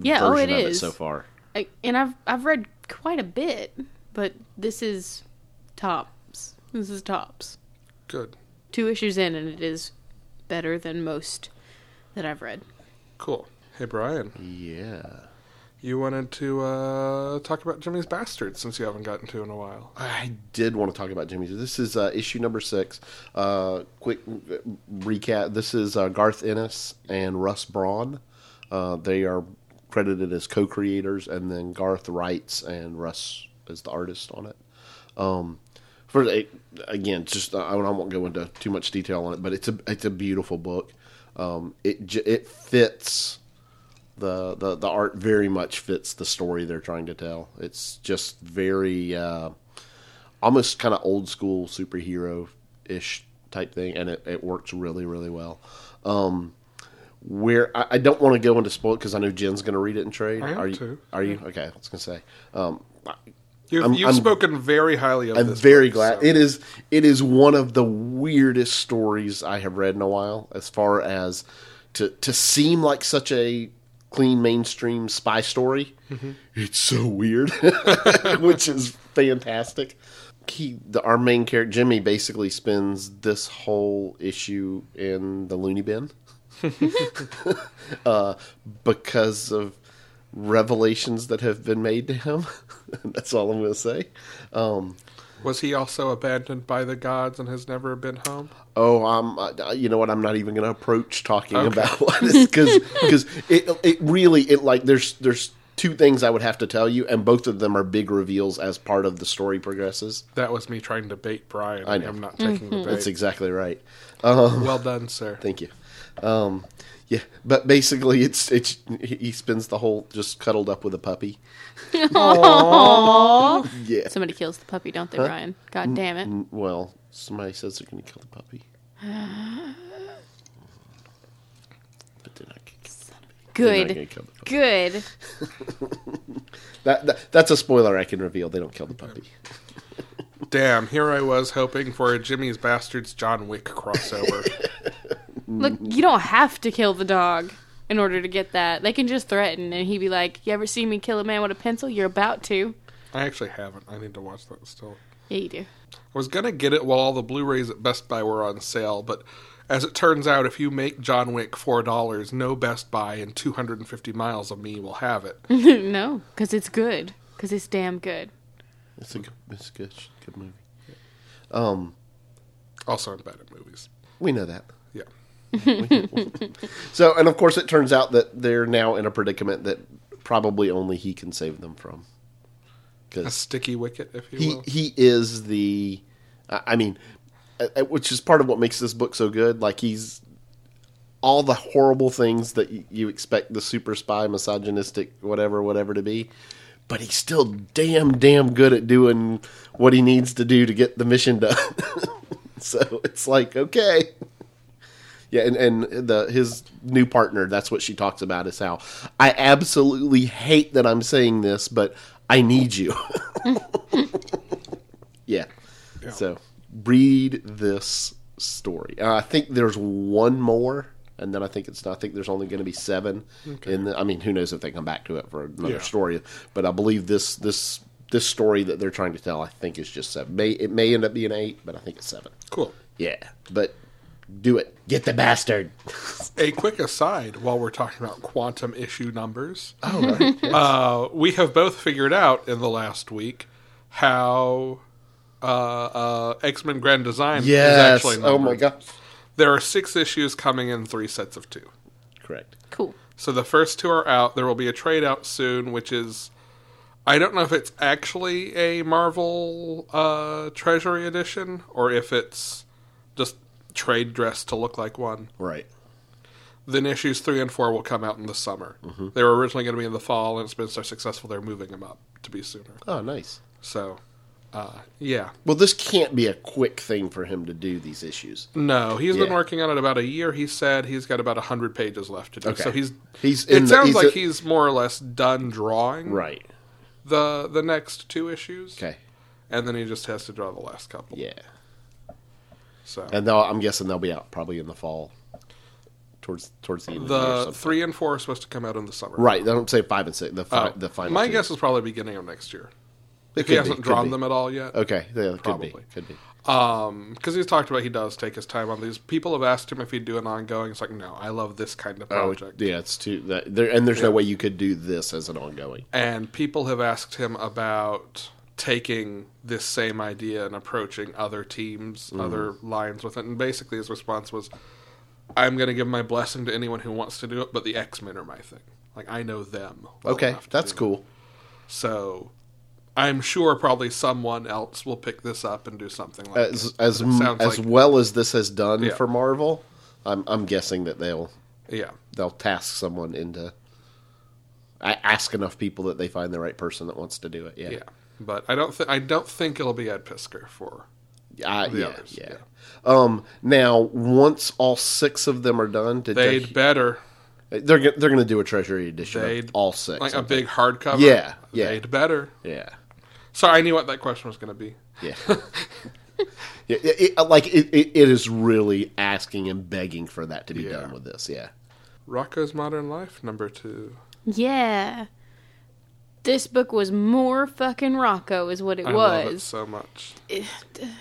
Speaker 2: yeah,
Speaker 3: version
Speaker 2: oh it
Speaker 3: of
Speaker 2: is.
Speaker 3: it so far.
Speaker 2: I, and I've I've read quite a bit, but this is tops. This is tops.
Speaker 1: Good,
Speaker 2: two issues in, and it is better than most that I've read.
Speaker 1: cool. Hey
Speaker 3: Mm.
Speaker 1: Brian,
Speaker 3: Yeah.
Speaker 1: you wanted to uh, talk about Jimmy's Bastard since you haven't gotten to in a while.
Speaker 3: I did want to talk about Jimmy. This is uh, issue number six. Uh, quick r- recap. This is uh, Garth Ennis and Russ Braun. Uh, they are credited as co-creators, and then Garth writes and Russ is the artist on it. Um, for a- again, just I, I won't go into too much detail on it, but it's a it's a beautiful book. Um, it j- it fits the, the the art very much fits the story they're trying to tell. It's just very uh, almost kind of old school superhero ish type thing, and it, it works really really well. Um, where I, I don't want to go into spoil because I know Jen's going to read it in trade.
Speaker 1: I am
Speaker 3: are you?
Speaker 1: too.
Speaker 3: Are you? Okay, I was going to say. Um, I-
Speaker 1: You've,
Speaker 3: I'm-
Speaker 1: you've
Speaker 3: I'm-
Speaker 1: spoken very highly of
Speaker 3: I'm
Speaker 1: this.
Speaker 3: very
Speaker 1: book,
Speaker 3: glad.
Speaker 1: so-
Speaker 3: It is it is one of the weirdest stories I have read in a while as far as to to seem like such a clean mainstream spy story.
Speaker 1: Mm-hmm.
Speaker 3: It's so weird, which is fantastic. He, the, our main character Jimmy basically spends this whole issue in the loony bin uh, because of revelations that have been made to him. That's all I'm going to say. Um,
Speaker 1: Was he also abandoned by the gods and has never been home?
Speaker 3: Oh, um, uh, you know what? I'm not even going to approach talking about what is because because it it really it like there's there's two things I would have to tell you, and both of them are big reveals as part of the story progresses.
Speaker 1: That was me trying to bait Brian.
Speaker 3: I know. Mm-hmm.
Speaker 1: am not taking the bait.
Speaker 3: That's exactly right. Um,
Speaker 1: well done, sir.
Speaker 3: Thank you. Um, yeah, but basically, it's it's he he spends the whole just cuddled up with a puppy. Yeah.
Speaker 2: Somebody kills the puppy, don't they, Brian? God damn it.
Speaker 3: Mm, Well, somebody says they're going to kill the puppy, but they're not. gonna kill- they're not gonna
Speaker 2: Good.
Speaker 3: kill the puppy.
Speaker 2: Good.
Speaker 3: That, that that's a spoiler I can reveal. They don't kill the puppy.
Speaker 1: Damn, here I was hoping for a Jimmy's Bastards John Wick crossover.
Speaker 2: Look,
Speaker 1: Mm.
Speaker 2: you don't have to kill the dog in order to get that. They can just threaten, and he'd be like, You ever see me kill a man with a pencil? You're about to.
Speaker 1: I actually haven't. I need to watch that still.
Speaker 2: Yeah, you do.
Speaker 1: I was gonna get it while all the Blu-rays at Best Buy were on sale, but as it turns out, if you make John Wick four dollars, no Best Buy and two hundred and fifty miles of me will have it.
Speaker 2: Mm. no, because it's good. Because it's damn good.
Speaker 3: It's a good, it's a good, good movie.
Speaker 1: also, I'm bad at movies.
Speaker 3: We know that.
Speaker 1: Yeah,
Speaker 3: So, and of course, it turns out that they're now in a predicament that probably only he can save them from,
Speaker 1: a
Speaker 3: because
Speaker 1: sticky wicket, if you
Speaker 3: he
Speaker 1: will.
Speaker 3: he is the, I I mean, uh, uh, which is part of what makes this book so good. Like he's all the horrible things that y- you expect the super spy, misogynistic, whatever, whatever to be. But he's still damn, damn good at doing what he needs to do to get the mission done. so it's like, okay. Yeah, and, and the his new partner, that's what she talks about is how I absolutely hate that I'm saying this, but I need you. yeah. So read this story. Uh, I think there's one more, and then I think it's I think there's only going to be seven. And I mean, who knows if they come back to it for another
Speaker 1: Yeah.
Speaker 3: story? But I believe this this this story that they're trying to tell, I think, is just seven. May it may end up being eight, but I think it's seven.
Speaker 1: cool.
Speaker 3: Yeah, but do it. Get the bastard.
Speaker 1: A quick aside while we're talking about quantum issue numbers.
Speaker 3: Oh,
Speaker 1: uh, we have both figured out in the last week how uh, uh, X Men Grand Design is
Speaker 3: Yes.
Speaker 1: actually numbered.
Speaker 3: Oh my gosh.
Speaker 1: There are six issues coming in three sets of two.
Speaker 3: Correct.
Speaker 2: Cool.
Speaker 1: So the first two are out. There will be a trade out soon, which is I don't know if it's actually a Marvel uh, Treasury edition or if it's just trade dress to look like one.
Speaker 3: Right.
Speaker 1: Then issues three and four will come out in the summer.
Speaker 3: Mm-hmm.
Speaker 1: They were originally going to be in the fall, and it's been so successful they're moving them up to be sooner.
Speaker 3: Oh, nice.
Speaker 1: So, uh, yeah,
Speaker 3: Well, this can't be a quick thing for him to do these issues.
Speaker 1: no, he's been
Speaker 3: Yeah.
Speaker 1: working on it about a year. He said he's got about hundred pages left to do.
Speaker 3: Okay.
Speaker 1: So he's
Speaker 3: He's in
Speaker 1: It
Speaker 3: the-
Speaker 1: sounds
Speaker 3: he's
Speaker 1: like
Speaker 3: a-
Speaker 1: he's more or less done drawing.
Speaker 3: Right.
Speaker 1: the the next two issues.
Speaker 3: Okay.
Speaker 1: And then he just has to draw the last couple.
Speaker 3: Yeah.
Speaker 1: So
Speaker 3: And they'll, I'm guessing they'll be out probably in the fall, towards towards the end. of the, year or
Speaker 1: the
Speaker 3: something.
Speaker 1: three and four are supposed to come out in the summer.
Speaker 3: Right. They don't say five and six. The
Speaker 1: Oh,
Speaker 3: fi- the final.
Speaker 1: my
Speaker 3: two.
Speaker 1: guess is probably beginning of next year.
Speaker 3: It
Speaker 1: if he
Speaker 3: could
Speaker 1: hasn't
Speaker 3: be, could
Speaker 1: drawn
Speaker 3: be.
Speaker 1: them at all yet.
Speaker 3: Okay. Yeah, could be.
Speaker 1: Probably.
Speaker 3: Could be.
Speaker 1: Because he's talked about he does take his time on these. People have asked him if he'd do an ongoing. It's like, no, I love this kind of
Speaker 3: Oh,
Speaker 1: project.
Speaker 3: yeah. It's too. That, there, and there's no way you could do this as an ongoing.
Speaker 1: And people have asked him about taking this same idea and approaching other teams,
Speaker 3: Mm.
Speaker 1: other lines with it. And basically, his response was, "I'm going to give my blessing to anyone who wants to do it, but the X Men are my thing. Like I know them. well
Speaker 3: Okay,
Speaker 1: enough to
Speaker 3: that's
Speaker 1: do
Speaker 3: cool.
Speaker 1: it." So." I'm sure probably someone else will pick this up and do something like that.
Speaker 3: As as m-
Speaker 1: sounds
Speaker 3: as
Speaker 1: like-
Speaker 3: well as this has done
Speaker 1: Yeah.
Speaker 3: for Marvel, I'm I'm guessing that they'll
Speaker 1: Yeah.
Speaker 3: they'll task someone into. I ask enough people that they find the right person that wants to do it. Yeah.
Speaker 1: Yeah, but I don't think I don't think it'll be Ed Pisker for.
Speaker 3: I-
Speaker 1: the
Speaker 3: yeah,
Speaker 1: others,
Speaker 3: yeah. Um, now, once all six of them are done, did they,
Speaker 1: They'd better
Speaker 3: they're go- they're going to do a treasury edition
Speaker 1: They'd-
Speaker 3: of all six.
Speaker 1: like
Speaker 3: I
Speaker 1: a
Speaker 3: think.
Speaker 1: big hardcover.
Speaker 3: Yeah, yeah.
Speaker 1: They'd better
Speaker 3: yeah.
Speaker 1: Sorry, I knew what that question was going to be.
Speaker 3: Yeah. yeah it, it- like it, it, it is really asking and begging for that to be
Speaker 1: Yeah.
Speaker 3: done with this. Yeah.
Speaker 1: Rocco's Modern Life, number two.
Speaker 2: Yeah. This book was more fucking Rocco, is what it
Speaker 1: I
Speaker 2: was.
Speaker 1: love it so much.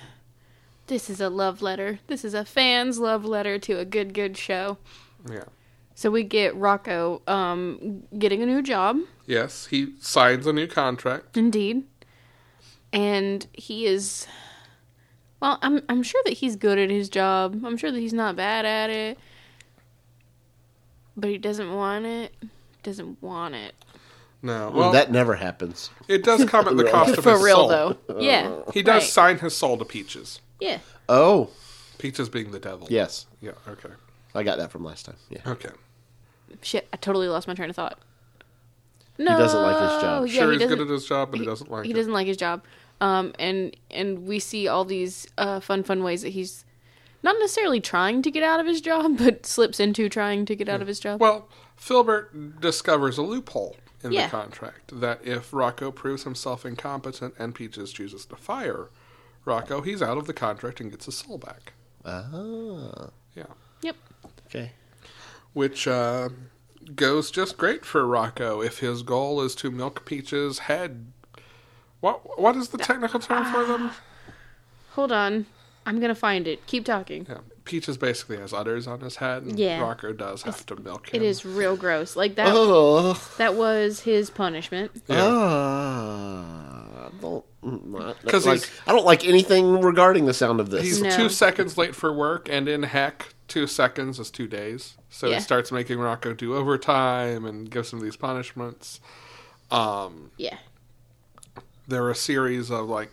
Speaker 2: This is a love letter. This is a fan's love letter to a good, good show.
Speaker 1: Yeah.
Speaker 2: So we get Rocco um, getting a new job,
Speaker 1: Yes, he signs a new contract.
Speaker 2: indeed, and he is. Well, I'm I'm sure that he's good at his job. I'm sure that he's not bad at it, but he doesn't want it. Doesn't want it
Speaker 1: No, well,
Speaker 3: that never happens.
Speaker 1: it does come at the cost of
Speaker 2: for
Speaker 1: his soul.
Speaker 2: real though. Yeah,
Speaker 3: Uh,
Speaker 1: He does
Speaker 2: right.
Speaker 1: sign his soul to Peaches.
Speaker 2: yeah,
Speaker 3: Oh,
Speaker 1: Peaches being the devil.
Speaker 3: yes.
Speaker 1: Yeah. Okay.
Speaker 3: I got that from last time. Yeah.
Speaker 1: Okay.
Speaker 2: shit. I totally lost my train of thought. No,
Speaker 3: doesn't like his job.
Speaker 2: Yeah,
Speaker 1: sure,
Speaker 2: he
Speaker 1: he's
Speaker 2: doesn't.
Speaker 1: good at his job, but he, doesn't like
Speaker 2: he
Speaker 1: it.
Speaker 2: doesn't like his job um and and we see all these uh fun fun ways that he's not necessarily trying to get out of his job but slips into trying to get out of his job
Speaker 1: Well, Filbert discovers a loophole in
Speaker 2: Yeah.
Speaker 1: the contract that if Rocco proves himself incompetent and Peaches chooses to fire Rocco, he's out of the contract and gets his soul back.
Speaker 3: Ah.
Speaker 1: Yeah.
Speaker 2: yep
Speaker 3: Okay.
Speaker 1: Which uh, goes just great for Rocco if his goal is to milk Peaches' head. What what is the technical term for them?
Speaker 2: Ah. hold on i'm gonna find it keep talking
Speaker 1: Yeah. Peaches basically has udders on his head, and
Speaker 2: Yeah.
Speaker 1: Rocco does have to milk him.
Speaker 2: it is real gross like that
Speaker 3: Oh.
Speaker 2: that was his punishment
Speaker 3: Ah. I don't, not,
Speaker 1: 'Cause
Speaker 3: like,
Speaker 1: he's-
Speaker 3: I don't like anything regarding the sound of this.
Speaker 1: He's
Speaker 2: No.
Speaker 1: two seconds late for work, and in heck, two seconds is two days. So
Speaker 2: Yeah.
Speaker 1: he starts making Rocco do overtime and gives him these punishments. Um,
Speaker 2: yeah
Speaker 1: there are a series of like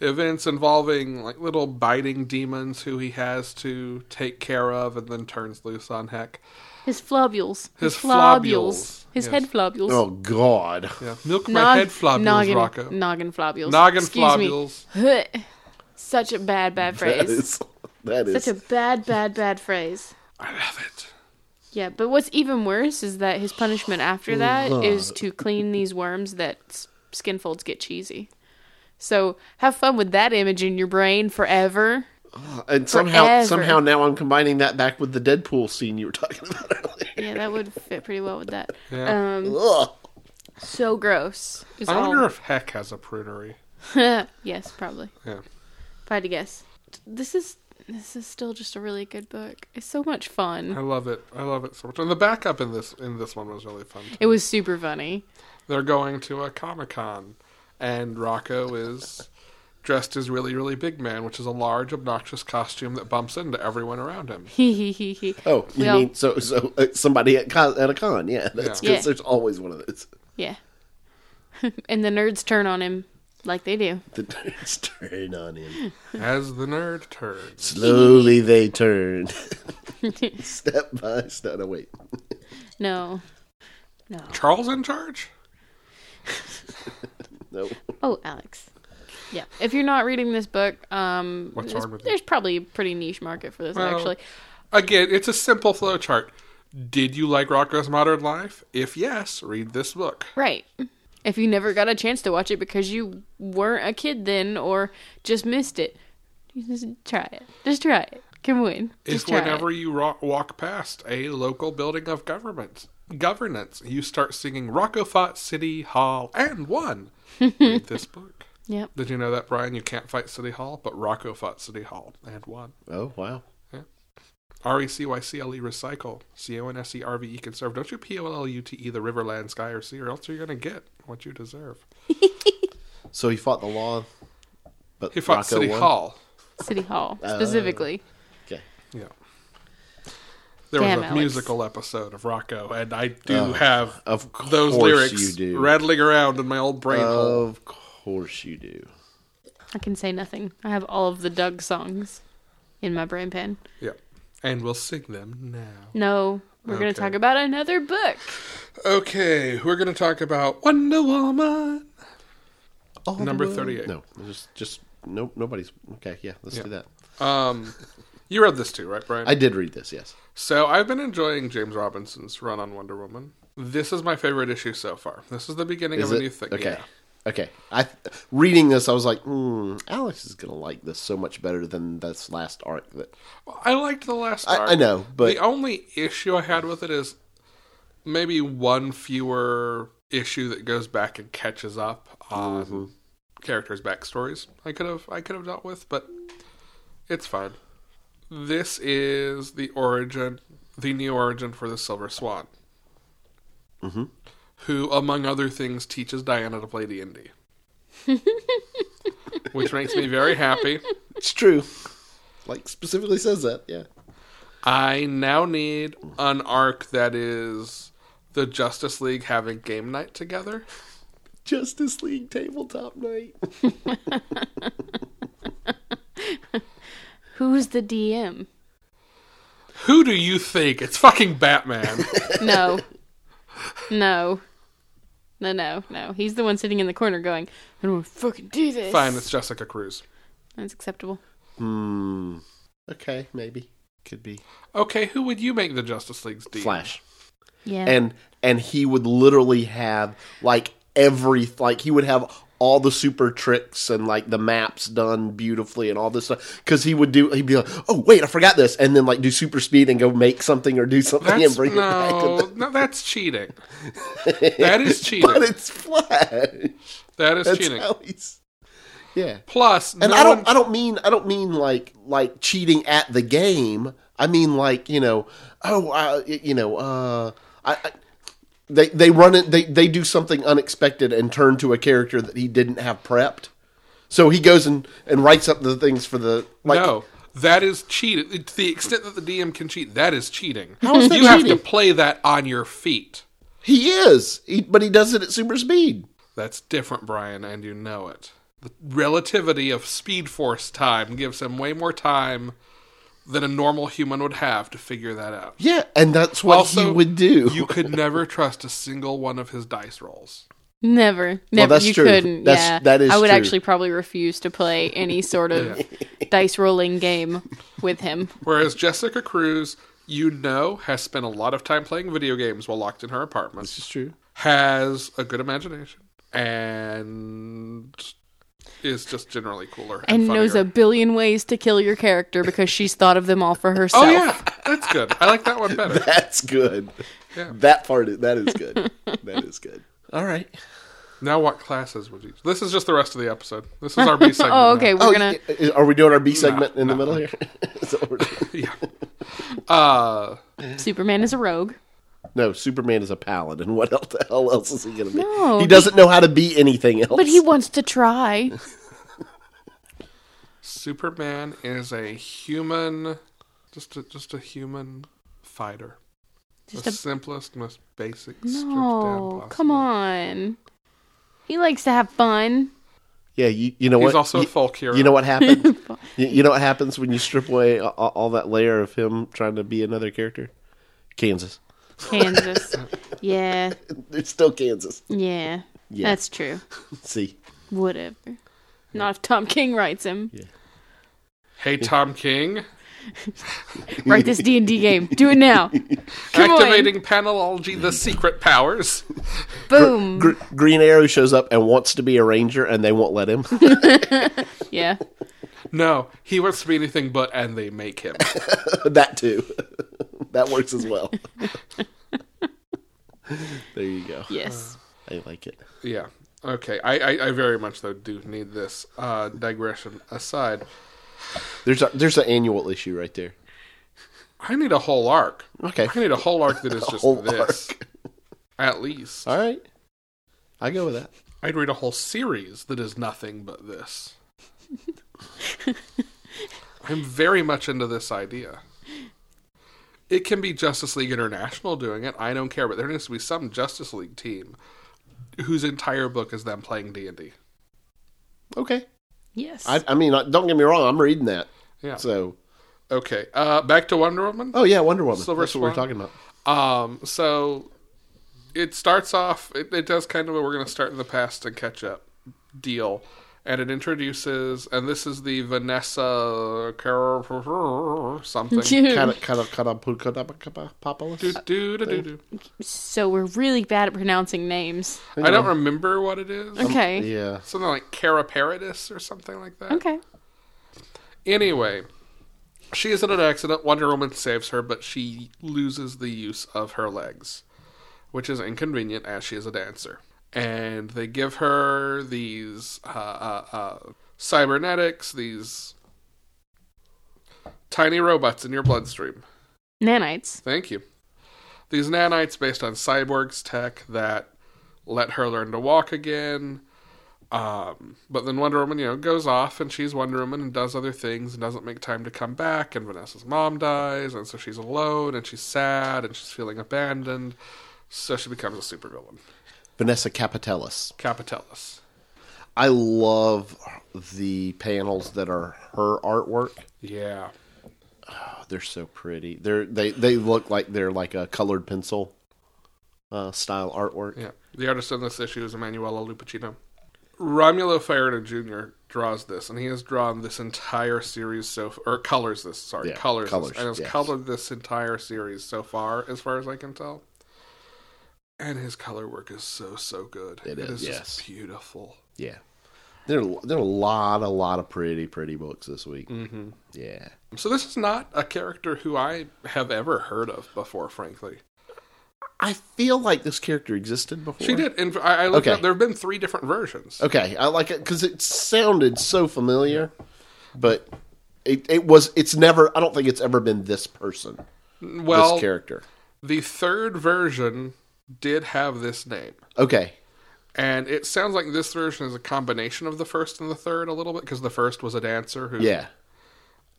Speaker 1: events involving like little biting demons who he has to take care of, and then turns loose on heck.
Speaker 2: his flobules
Speaker 1: His flobules, yes.
Speaker 2: his head flobules
Speaker 3: oh God.
Speaker 1: Yeah, milk my
Speaker 2: Nog-
Speaker 1: head flobules,
Speaker 2: noggin,
Speaker 1: Rocco.
Speaker 2: noggin flobules
Speaker 1: Noggin
Speaker 2: Excuse me.
Speaker 1: flobules.
Speaker 2: such a bad bad
Speaker 3: That
Speaker 2: phrase
Speaker 3: is. That is.
Speaker 2: such a bad bad bad phrase
Speaker 1: I love it.
Speaker 2: Yeah, but what's even worse is that his punishment after
Speaker 1: Mm,
Speaker 2: that is to clean these worms that s- skin folds get cheesy. So have fun with that image in your brain forever.
Speaker 3: and somehow,
Speaker 2: forever.
Speaker 3: somehow now I'm combining that back with the Deadpool scene you were talking about earlier.
Speaker 2: Yeah, that would fit pretty well with that.
Speaker 1: Yeah.
Speaker 2: Um,
Speaker 3: Ugh.
Speaker 2: so gross. It's
Speaker 1: I wonder
Speaker 2: all-
Speaker 1: if heck has a prunery.
Speaker 2: yes, probably.
Speaker 1: Yeah.
Speaker 2: If I had to guess, this is this is still just a really good book. It's so much
Speaker 1: I
Speaker 2: fun.
Speaker 1: love it. I love it so much. And the backup in this in this one was really fun. too.
Speaker 2: It was super funny.
Speaker 1: They're going to a Comic Con, and Rocco is dressed as really really big man, which is a large obnoxious costume that bumps into everyone around him.
Speaker 2: Hee hee hee hee.
Speaker 3: Oh, you
Speaker 2: Well-
Speaker 3: mean so so uh, somebody at, con, at a con? Yeah, that's because
Speaker 2: Yeah. Yeah.
Speaker 3: there's always one of those.
Speaker 2: Yeah. and the nerds turn on him like they do.
Speaker 3: The nerds turn on him.
Speaker 1: As the nerd turns,
Speaker 3: Slowly they turn, step by step. No, wait.
Speaker 2: No. No.
Speaker 1: Charles in charge.
Speaker 3: No.
Speaker 2: Oh, Alex. Yeah. If you're not reading this book, um,
Speaker 1: What's
Speaker 2: there's,
Speaker 1: wrong with you?
Speaker 2: there's probably a pretty niche market for this,
Speaker 1: Well-
Speaker 2: actually.
Speaker 1: Again, it's a simple flowchart. Did you like Rocco's Modern Life? If yes, read this book.
Speaker 2: Right. If you never got a chance to watch it because you weren't a kid then or just missed it, you just try it. Just try it. Come on. Just
Speaker 1: If
Speaker 2: try
Speaker 1: whenever
Speaker 2: it.
Speaker 1: you ro- walk past a local building of government governance, you start singing Rockofot City Hall and one. Read this book.
Speaker 2: Yep.
Speaker 1: Did you know that, Brian? You can't fight City Hall, but Rocco fought City Hall and won.
Speaker 3: Oh wow.
Speaker 1: R E C Y C L E recycle. C O N S E R V E conserve. Don't you P O L L U T E the river, land, sky, or sea, or else you're going to get what you deserve.
Speaker 3: So he fought the law, but
Speaker 1: He fought
Speaker 3: Rocco
Speaker 1: City
Speaker 3: won?
Speaker 1: Hall.
Speaker 2: City Hall, specifically.
Speaker 3: Okay.
Speaker 1: Yeah. There
Speaker 2: Damn,
Speaker 1: was a
Speaker 2: Alex.
Speaker 1: musical episode of Rocco, and I do have
Speaker 3: Of
Speaker 1: those
Speaker 3: course
Speaker 1: lyrics
Speaker 3: you do. Uh,
Speaker 1: rattling around in my old brain hole.
Speaker 3: Of course you do.
Speaker 2: I can say nothing. I have all of the Doug songs in my brain pan.
Speaker 1: Yeah. And we'll sing them now.
Speaker 2: No, we're going
Speaker 1: Okay.
Speaker 2: to talk about another book.
Speaker 1: Okay, we're going to talk about Wonder Woman.
Speaker 3: All the
Speaker 1: Number
Speaker 3: way-
Speaker 1: 38.
Speaker 3: No, just just nope. Nobody's okay. Yeah, let's
Speaker 1: Yeah.
Speaker 3: do that.
Speaker 1: Um, you read this too, right, Brian?
Speaker 3: I did read this. Yes.
Speaker 1: So I've been enjoying James Robinson's run on Wonder Woman. This is my favorite issue so far. This is the beginning of
Speaker 3: Is
Speaker 1: a
Speaker 3: it?
Speaker 1: new thing.
Speaker 3: Okay.
Speaker 1: Yeah.
Speaker 3: Okay, I reading this, I was like, mm, Alex is gonna like this so much better than this last arc. That
Speaker 1: I liked the last.
Speaker 3: I-
Speaker 1: arc.
Speaker 3: I know, but-
Speaker 1: the only issue I had with it is maybe one fewer issue that goes back and catches up on
Speaker 3: Mm-hmm.
Speaker 1: characters' backstories. I could have I could have dealt with, but it's fine. This is the origin, the new origin for the Silver Swan,
Speaker 3: Mhm.
Speaker 1: who, among other things, teaches Diana to play D and D. Which makes me very happy.
Speaker 3: it's true. Like specifically says that. Yeah.
Speaker 1: I now need an arc that is the Justice League having game night together.
Speaker 3: Justice League tabletop night.
Speaker 2: Who's the DM?
Speaker 1: Who do you think? It's fucking Batman.
Speaker 2: No. no. No, no, no. He's the one sitting in the corner going, I don't want to fucking do this.
Speaker 1: Fine, it's Jessica Cruz.
Speaker 2: That's acceptable.
Speaker 3: Hmm. Okay, maybe could be
Speaker 1: Okay, who would you make the Justice League's D?
Speaker 3: Flash,
Speaker 2: Yeah.
Speaker 3: and and he would literally have like every like he would have all the super tricks and like the maps done beautifully and all this stuff because he would do he'd be like oh wait I forgot this and then like do super speed and go make something or do something and
Speaker 1: That's,
Speaker 3: bring it back.
Speaker 1: no,
Speaker 3: to
Speaker 1: no, that's cheating. That is
Speaker 3: the- but
Speaker 1: cheating.
Speaker 3: it's Flash.
Speaker 1: That is
Speaker 3: That's
Speaker 1: cheating.
Speaker 3: how he's. Yeah.
Speaker 1: Plus,
Speaker 3: And
Speaker 1: no
Speaker 3: I don't
Speaker 1: one-
Speaker 3: I don't mean I don't mean like like cheating at the game. I mean like, you know, oh, I, you know, uh I, I they they run it they they do something unexpected and turn to a character that he didn't have prepped. So he goes and and writes up the things for the like
Speaker 1: no, that is cheating. To the extent that the DM can cheat, that is cheating.
Speaker 3: How is that
Speaker 1: you have to
Speaker 3: cheating?
Speaker 1: play that on your feet.
Speaker 3: he is. He, but he does it at super speed.
Speaker 1: That's different, Brian, and you know it. The relativity of speed force time gives him way more time than a normal human would have to figure that out.
Speaker 3: Yeah, and that's what he would do.
Speaker 1: you could never trust a single one of his dice rolls.
Speaker 2: never. Never.
Speaker 3: that's
Speaker 2: you
Speaker 3: true.
Speaker 2: couldn't.
Speaker 3: That's-
Speaker 2: yeah.
Speaker 3: that is
Speaker 2: I would
Speaker 3: true.
Speaker 2: actually probably refuse to play any sort of dice rolling game with him.
Speaker 1: Whereas Jessica Cruz, you know, has spent a lot of time playing video games while locked in her apartment,
Speaker 3: It's true.
Speaker 1: has a good imagination, and is just generally cooler and,
Speaker 2: And knows a
Speaker 1: funnier.
Speaker 2: billion ways to kill your character because she's thought of them all for herself.
Speaker 1: Oh yeah, that's good. I like that one better.
Speaker 3: That's good.
Speaker 1: Yeah.
Speaker 3: That part is, that is good. that is good. All right.
Speaker 1: Now, what classes would you? This is just the rest of the episode. This is our B segment.
Speaker 2: Oh, okay. We're
Speaker 3: oh,
Speaker 2: gonna.
Speaker 3: y- are we doing our B segment in the middle here? Is that what we're doing?
Speaker 1: Yeah. Uh,
Speaker 2: Superman is a rogue.
Speaker 3: no, Superman is a paladin. What else? The hell else is he going to be?
Speaker 2: No,
Speaker 3: he
Speaker 2: but-
Speaker 3: doesn't know how to be anything else.
Speaker 2: But he wants to try.
Speaker 1: Superman is a human, just a, just a human fighter.
Speaker 2: Just
Speaker 1: the
Speaker 2: a
Speaker 1: simplest, most basic. stripped down
Speaker 2: no.
Speaker 1: possible.
Speaker 2: Come on. He likes to have fun.
Speaker 3: yeah, you, you know
Speaker 1: He's
Speaker 3: what?
Speaker 1: also
Speaker 3: you,
Speaker 1: a folk hero.
Speaker 3: you know what happens? you, you know what happens when you strip away a- a- all that layer of him trying to be another character? Kansas.
Speaker 2: Kansas. yeah.
Speaker 3: It's still Kansas.
Speaker 2: Yeah.
Speaker 3: Yeah.
Speaker 2: That's true.
Speaker 3: See,
Speaker 2: Whatever. Not if Tom King writes him.
Speaker 1: Hey, Tom King,
Speaker 2: Write this D and D game. Do it now. Come
Speaker 1: activating panology, the secret powers.
Speaker 2: on. Boom.
Speaker 3: Gr- Green Arrow shows up and wants to be a ranger, and they won't let him.
Speaker 2: yeah.
Speaker 1: No, he wants to be anything but, and they make him.
Speaker 3: that too. that works as well. there you go.
Speaker 2: Yes.
Speaker 3: I like it.
Speaker 1: Yeah. Okay. I, I, I very much though do need this. Uh, digression aside,
Speaker 3: There's a there's an annual issue right there.
Speaker 1: I need a whole arc.
Speaker 3: Okay.
Speaker 1: I need a whole arc that is just
Speaker 3: whole
Speaker 1: this. At least.
Speaker 3: All right. I go with that.
Speaker 1: I'd read a whole series that is nothing but this. I'm very much into this idea. It can be Justice League International doing it. I don't care, but there needs to be some Justice League team whose entire book is them playing D and D.
Speaker 3: Okay.
Speaker 2: Yes.
Speaker 3: I, I mean, I- don't get me wrong. I'm reading that.
Speaker 1: Yeah.
Speaker 3: So,
Speaker 1: Okay. Uh, back to Wonder Woman.
Speaker 3: oh yeah, Wonder Woman.
Speaker 1: Silver
Speaker 3: That's what we're
Speaker 1: Swan.
Speaker 3: talking about.
Speaker 1: Um, so it starts off. It, it does kind of a we're going to start in the past and catch up deal, and it introduces, and this is the Vanessa Car- something.
Speaker 3: Kind of, kind of, kind of, Populous.
Speaker 1: Do, do, do, do, do.
Speaker 2: so we're really bad at pronouncing names.
Speaker 1: I don't remember what it is.
Speaker 2: Okay.
Speaker 3: Um, Yeah.
Speaker 1: Something like Cara Paradis or something like that.
Speaker 2: Okay.
Speaker 1: Anyway, she is in an accident. Wonder Woman saves her, but she loses the use of her legs, which is inconvenient as she is a dancer. And they give her these uh, uh, uh, cybernetics, these tiny robots in your bloodstream.
Speaker 2: Nanites.
Speaker 1: Thank you. These nanites based on Cyborg's tech that let her learn to walk again. Um, but then Wonder Woman, you know, goes off and she's Wonder Woman and does other things and doesn't make time to come back. And Vanessa's mom dies, and so she's alone and she's sad and she's feeling abandoned. So she becomes a supervillain,
Speaker 3: Vanessa Capitellis.
Speaker 1: Capitalis.
Speaker 3: I love the panels that are her artwork.
Speaker 1: Yeah,
Speaker 3: Oh, they're so pretty. They're they they look like they're like a colored pencil uh, style artwork.
Speaker 1: yeah. The artist on this issue is Emanuela Lupacino. Romulo Fierna Jr. draws this, and he has drawn this entire series so, f- or colors this. Sorry,
Speaker 3: Yeah,
Speaker 1: colors,
Speaker 3: colors,
Speaker 1: this, and has
Speaker 3: yes.
Speaker 1: colored this entire series so far, as far as I can tell. And his color work is so so good.
Speaker 3: It is, yes.
Speaker 1: just beautiful.
Speaker 3: Yeah. There are there are a lot a lot of pretty pretty books this week.
Speaker 1: hmm
Speaker 3: Yeah.
Speaker 1: So this is not a character who I have ever heard of before, frankly.
Speaker 3: I feel like this character existed before.
Speaker 1: She did, and I, I looked
Speaker 3: Okay.
Speaker 1: up. There have been three different versions.
Speaker 3: Okay, I like it because it sounded so familiar, but it, it was it's never. I don't think it's ever been this person,
Speaker 1: well,
Speaker 3: this character.
Speaker 1: the third version did have this name.
Speaker 3: Okay,
Speaker 1: And it sounds like this version is a combination of the first and the third a little bit because the first was a dancer who
Speaker 3: yeah,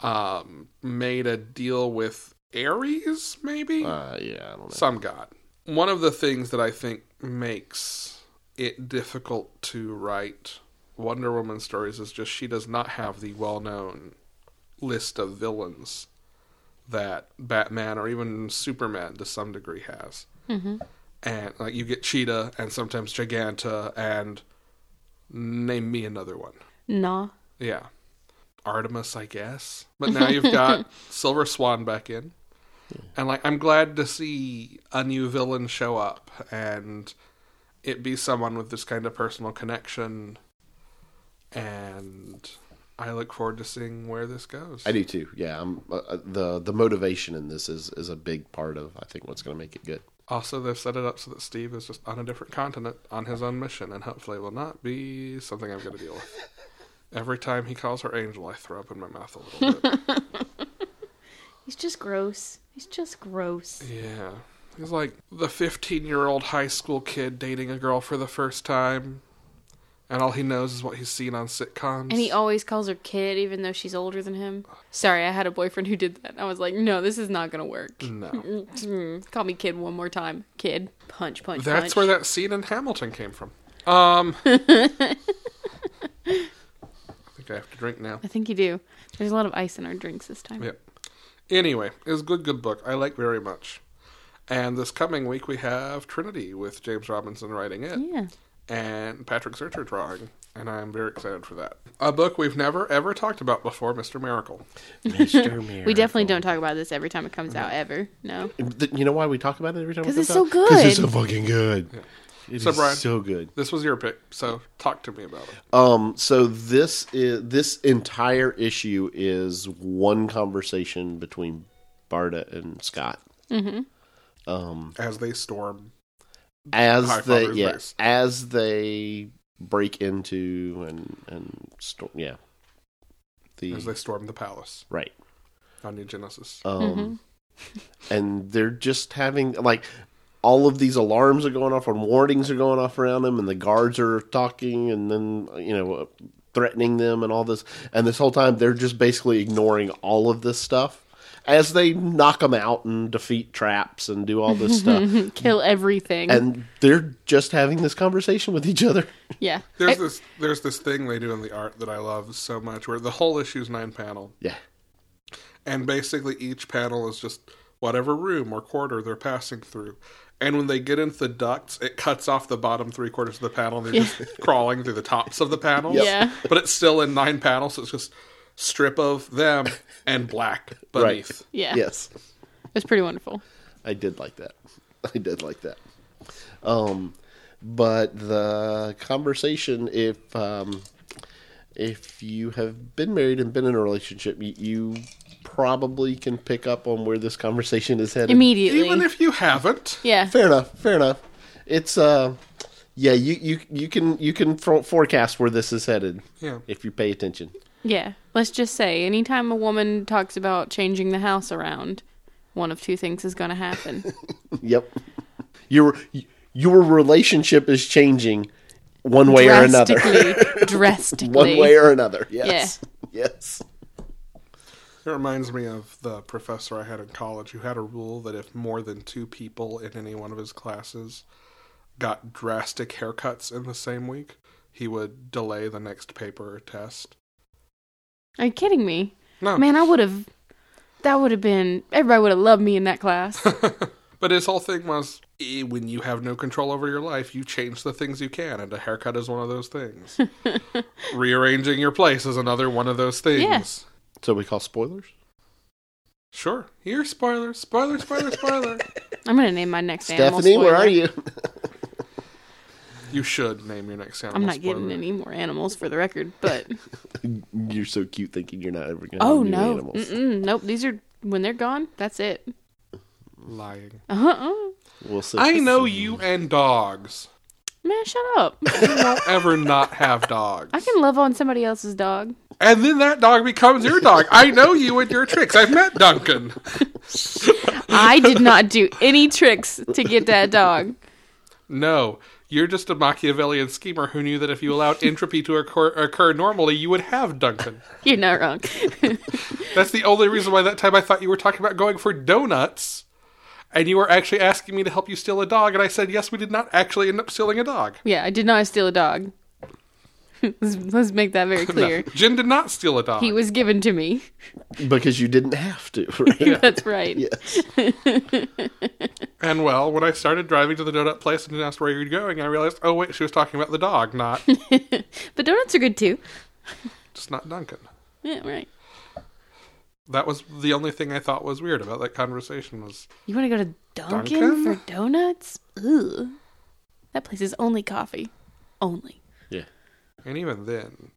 Speaker 1: um, made a deal with Ares, maybe
Speaker 3: uh, yeah. I don't know.
Speaker 1: some god. One of the things that I think makes it difficult to write Wonder Woman stories is just she does not have the well-known list of villains that Batman or even Superman to some degree has. And like you get Cheetah and sometimes Giganta and name me another one.
Speaker 2: Nah.
Speaker 1: Yeah. Artemis, I guess. But now you've got Silver Swan back in. And like I'm glad to see a new villain show up and it be someone with this kind of personal connection. And I look forward to seeing where this goes.
Speaker 3: I do too. Yeah, I'm, uh, uh, the the motivation in this is is a big part of I think what's going to make it good.
Speaker 1: Also, they've set it up so that Steve is just on a different continent on his own mission, and hopefully will not be something I'm going to deal with. Every time he calls her Angel, I throw up in my mouth a little bit.
Speaker 2: He's just gross. He's just gross.
Speaker 1: yeah. He's like the 15 year old high school kid dating a girl for the first time, and all he knows is what he's seen on sitcoms.
Speaker 2: And he always calls her kid, even though she's older than him. Sorry, I had a boyfriend who did that. I was like, no, this is not gonna work.
Speaker 1: No.
Speaker 2: Mm, Call me kid one more time. Kid. Punch, punch,
Speaker 1: That's
Speaker 2: punch.
Speaker 1: where that scene in Hamilton came from. Um. I think I have to drink now.
Speaker 2: I think you do. There's a lot of ice in our drinks this time.
Speaker 1: Yep. Anyway, it's a good, good book. I like very much. And this coming week we have Trinity with James Robinson writing it
Speaker 2: Yeah.
Speaker 1: and Patrick Searcher drawing. And I'm very excited for that. A book we've never ever talked about before, Mr. Miracle.
Speaker 2: We definitely don't talk about this every time it comes
Speaker 3: Mm-hmm.
Speaker 2: out, ever. No.
Speaker 3: Th- You know why we talk about it every time?
Speaker 2: 'Cause
Speaker 3: it
Speaker 2: it's
Speaker 3: comes
Speaker 2: so
Speaker 3: out? 'Cause it's so
Speaker 2: good.
Speaker 3: fucking good. It is
Speaker 1: So, Brian-
Speaker 3: so good.
Speaker 1: This was your pick, so talk to me about it.
Speaker 3: Um, so this is this entire issue is one conversation between Barda and Scott
Speaker 2: Mm-hmm.
Speaker 3: Um,
Speaker 1: As they storm.
Speaker 3: as
Speaker 1: High
Speaker 3: they
Speaker 1: Father's
Speaker 3: yeah,
Speaker 1: base.
Speaker 3: as they break into and and sto- yeah the
Speaker 1: As they storm the palace
Speaker 3: right
Speaker 1: on New Genesis.
Speaker 2: Mm-hmm.
Speaker 3: um and they're just having like all of these alarms are going off and warnings are going off around them and the guards are talking and then you know uh, threatening them and all this and this whole time they're just basically ignoring all of this stuff as they knock them out and defeat traps and do all this stuff
Speaker 2: Mm-hmm. Kill everything.
Speaker 3: and they're just having this conversation with each other
Speaker 2: yeah.
Speaker 1: There's
Speaker 2: I-
Speaker 1: this there's this thing they do in the art that I love so much where the whole issue's nine panel.
Speaker 3: yeah
Speaker 1: and basically each panel is just whatever room or quarter they're passing through. And when they get into the ducts, it cuts off the bottom three quarters of the panel and they're just crawling through the tops of the panels.
Speaker 2: Yeah.
Speaker 1: But it's still in nine panels, so it's just strip of them and black beneath.
Speaker 2: Yeah.
Speaker 3: Yes,
Speaker 2: It's pretty wonderful.
Speaker 3: I did like that. I did like that. Um, but the conversation, if um, if you have been married and been in a relationship, you, you probably can pick up on where this conversation is headed.
Speaker 2: Immediately.
Speaker 1: Even if you haven't,
Speaker 2: yeah.
Speaker 3: fair enough. Fair enough. It's uh, yeah. You you you can you can fro- forecast where this is headed.
Speaker 1: Yeah.
Speaker 3: If you pay attention.
Speaker 2: Yeah. Let's just say anytime a woman talks about changing the house around, one of two things is going to happen.
Speaker 3: Yep. Your your relationship is changing one way or another.
Speaker 2: Drastically. drastically.
Speaker 3: One way or another. Yes. Yes.
Speaker 1: It reminds me of the professor I had in college who had a rule that if more than two people in any one of his classes got drastic haircuts in the same week, he would delay the next paper or test.
Speaker 2: Are you kidding me?
Speaker 3: Oh.
Speaker 1: No.
Speaker 2: Man, I would have. That would have been. Everybody would have loved me in that class.
Speaker 1: But his whole thing was eh, when you have no control over your life, you change the things you can, and a haircut is one of those things. Rearranging your place is another one of those things.
Speaker 2: Yeah.
Speaker 3: So we call spoilers.
Speaker 1: Sure. Here, spoiler, spoiler, spoiler, spoiler.
Speaker 2: I'm going to name my next animal.
Speaker 3: Stephanie, where
Speaker 2: spoiler.
Speaker 3: are you?
Speaker 1: you should name your next animal.
Speaker 2: I'm not
Speaker 1: spoiler.
Speaker 2: getting any more animals for the record, but
Speaker 3: You're so cute, thinking you're not ever going to.
Speaker 2: oh no, Mm-mm, nope. These are when they're gone. That's it.
Speaker 1: Lying.
Speaker 2: Uh uh
Speaker 3: We'll see.
Speaker 1: I know you and dogs.
Speaker 2: Man, shut up.
Speaker 1: You won't ever not have dogs.
Speaker 2: I can love on somebody else's dog.
Speaker 1: And then that dog becomes your dog. I know you and your tricks. I've met Duncan.
Speaker 2: I did not do any tricks to get that dog.
Speaker 1: No, you're just a Machiavellian schemer who knew that if you allowed entropy to occur, occur normally, you would have Duncan.
Speaker 2: You're not wrong.
Speaker 1: That's the only reason why that time I thought you were talking about going for donuts. And you were actually asking me to help you steal a dog, and I said yes. We did not actually end up stealing a dog.
Speaker 2: yeah, I did not steal a dog. let's, let's make that very clear.
Speaker 1: Jin did not steal a dog.
Speaker 2: He was given to me.
Speaker 3: because you didn't have to. Right?
Speaker 2: That's right.
Speaker 1: and well, when I started driving to the donut place and asked where you were going, I realized, oh wait, she was talking about the dog, not
Speaker 2: But donuts are good too.
Speaker 1: just not Duncan.
Speaker 2: Yeah, right.
Speaker 1: That was the only thing I thought was weird about that conversation was
Speaker 2: You want to go to Dunkin'
Speaker 1: Dunkin'?
Speaker 2: for donuts? Ooh, that place is only coffee, only.
Speaker 3: Yeah.
Speaker 1: And even then,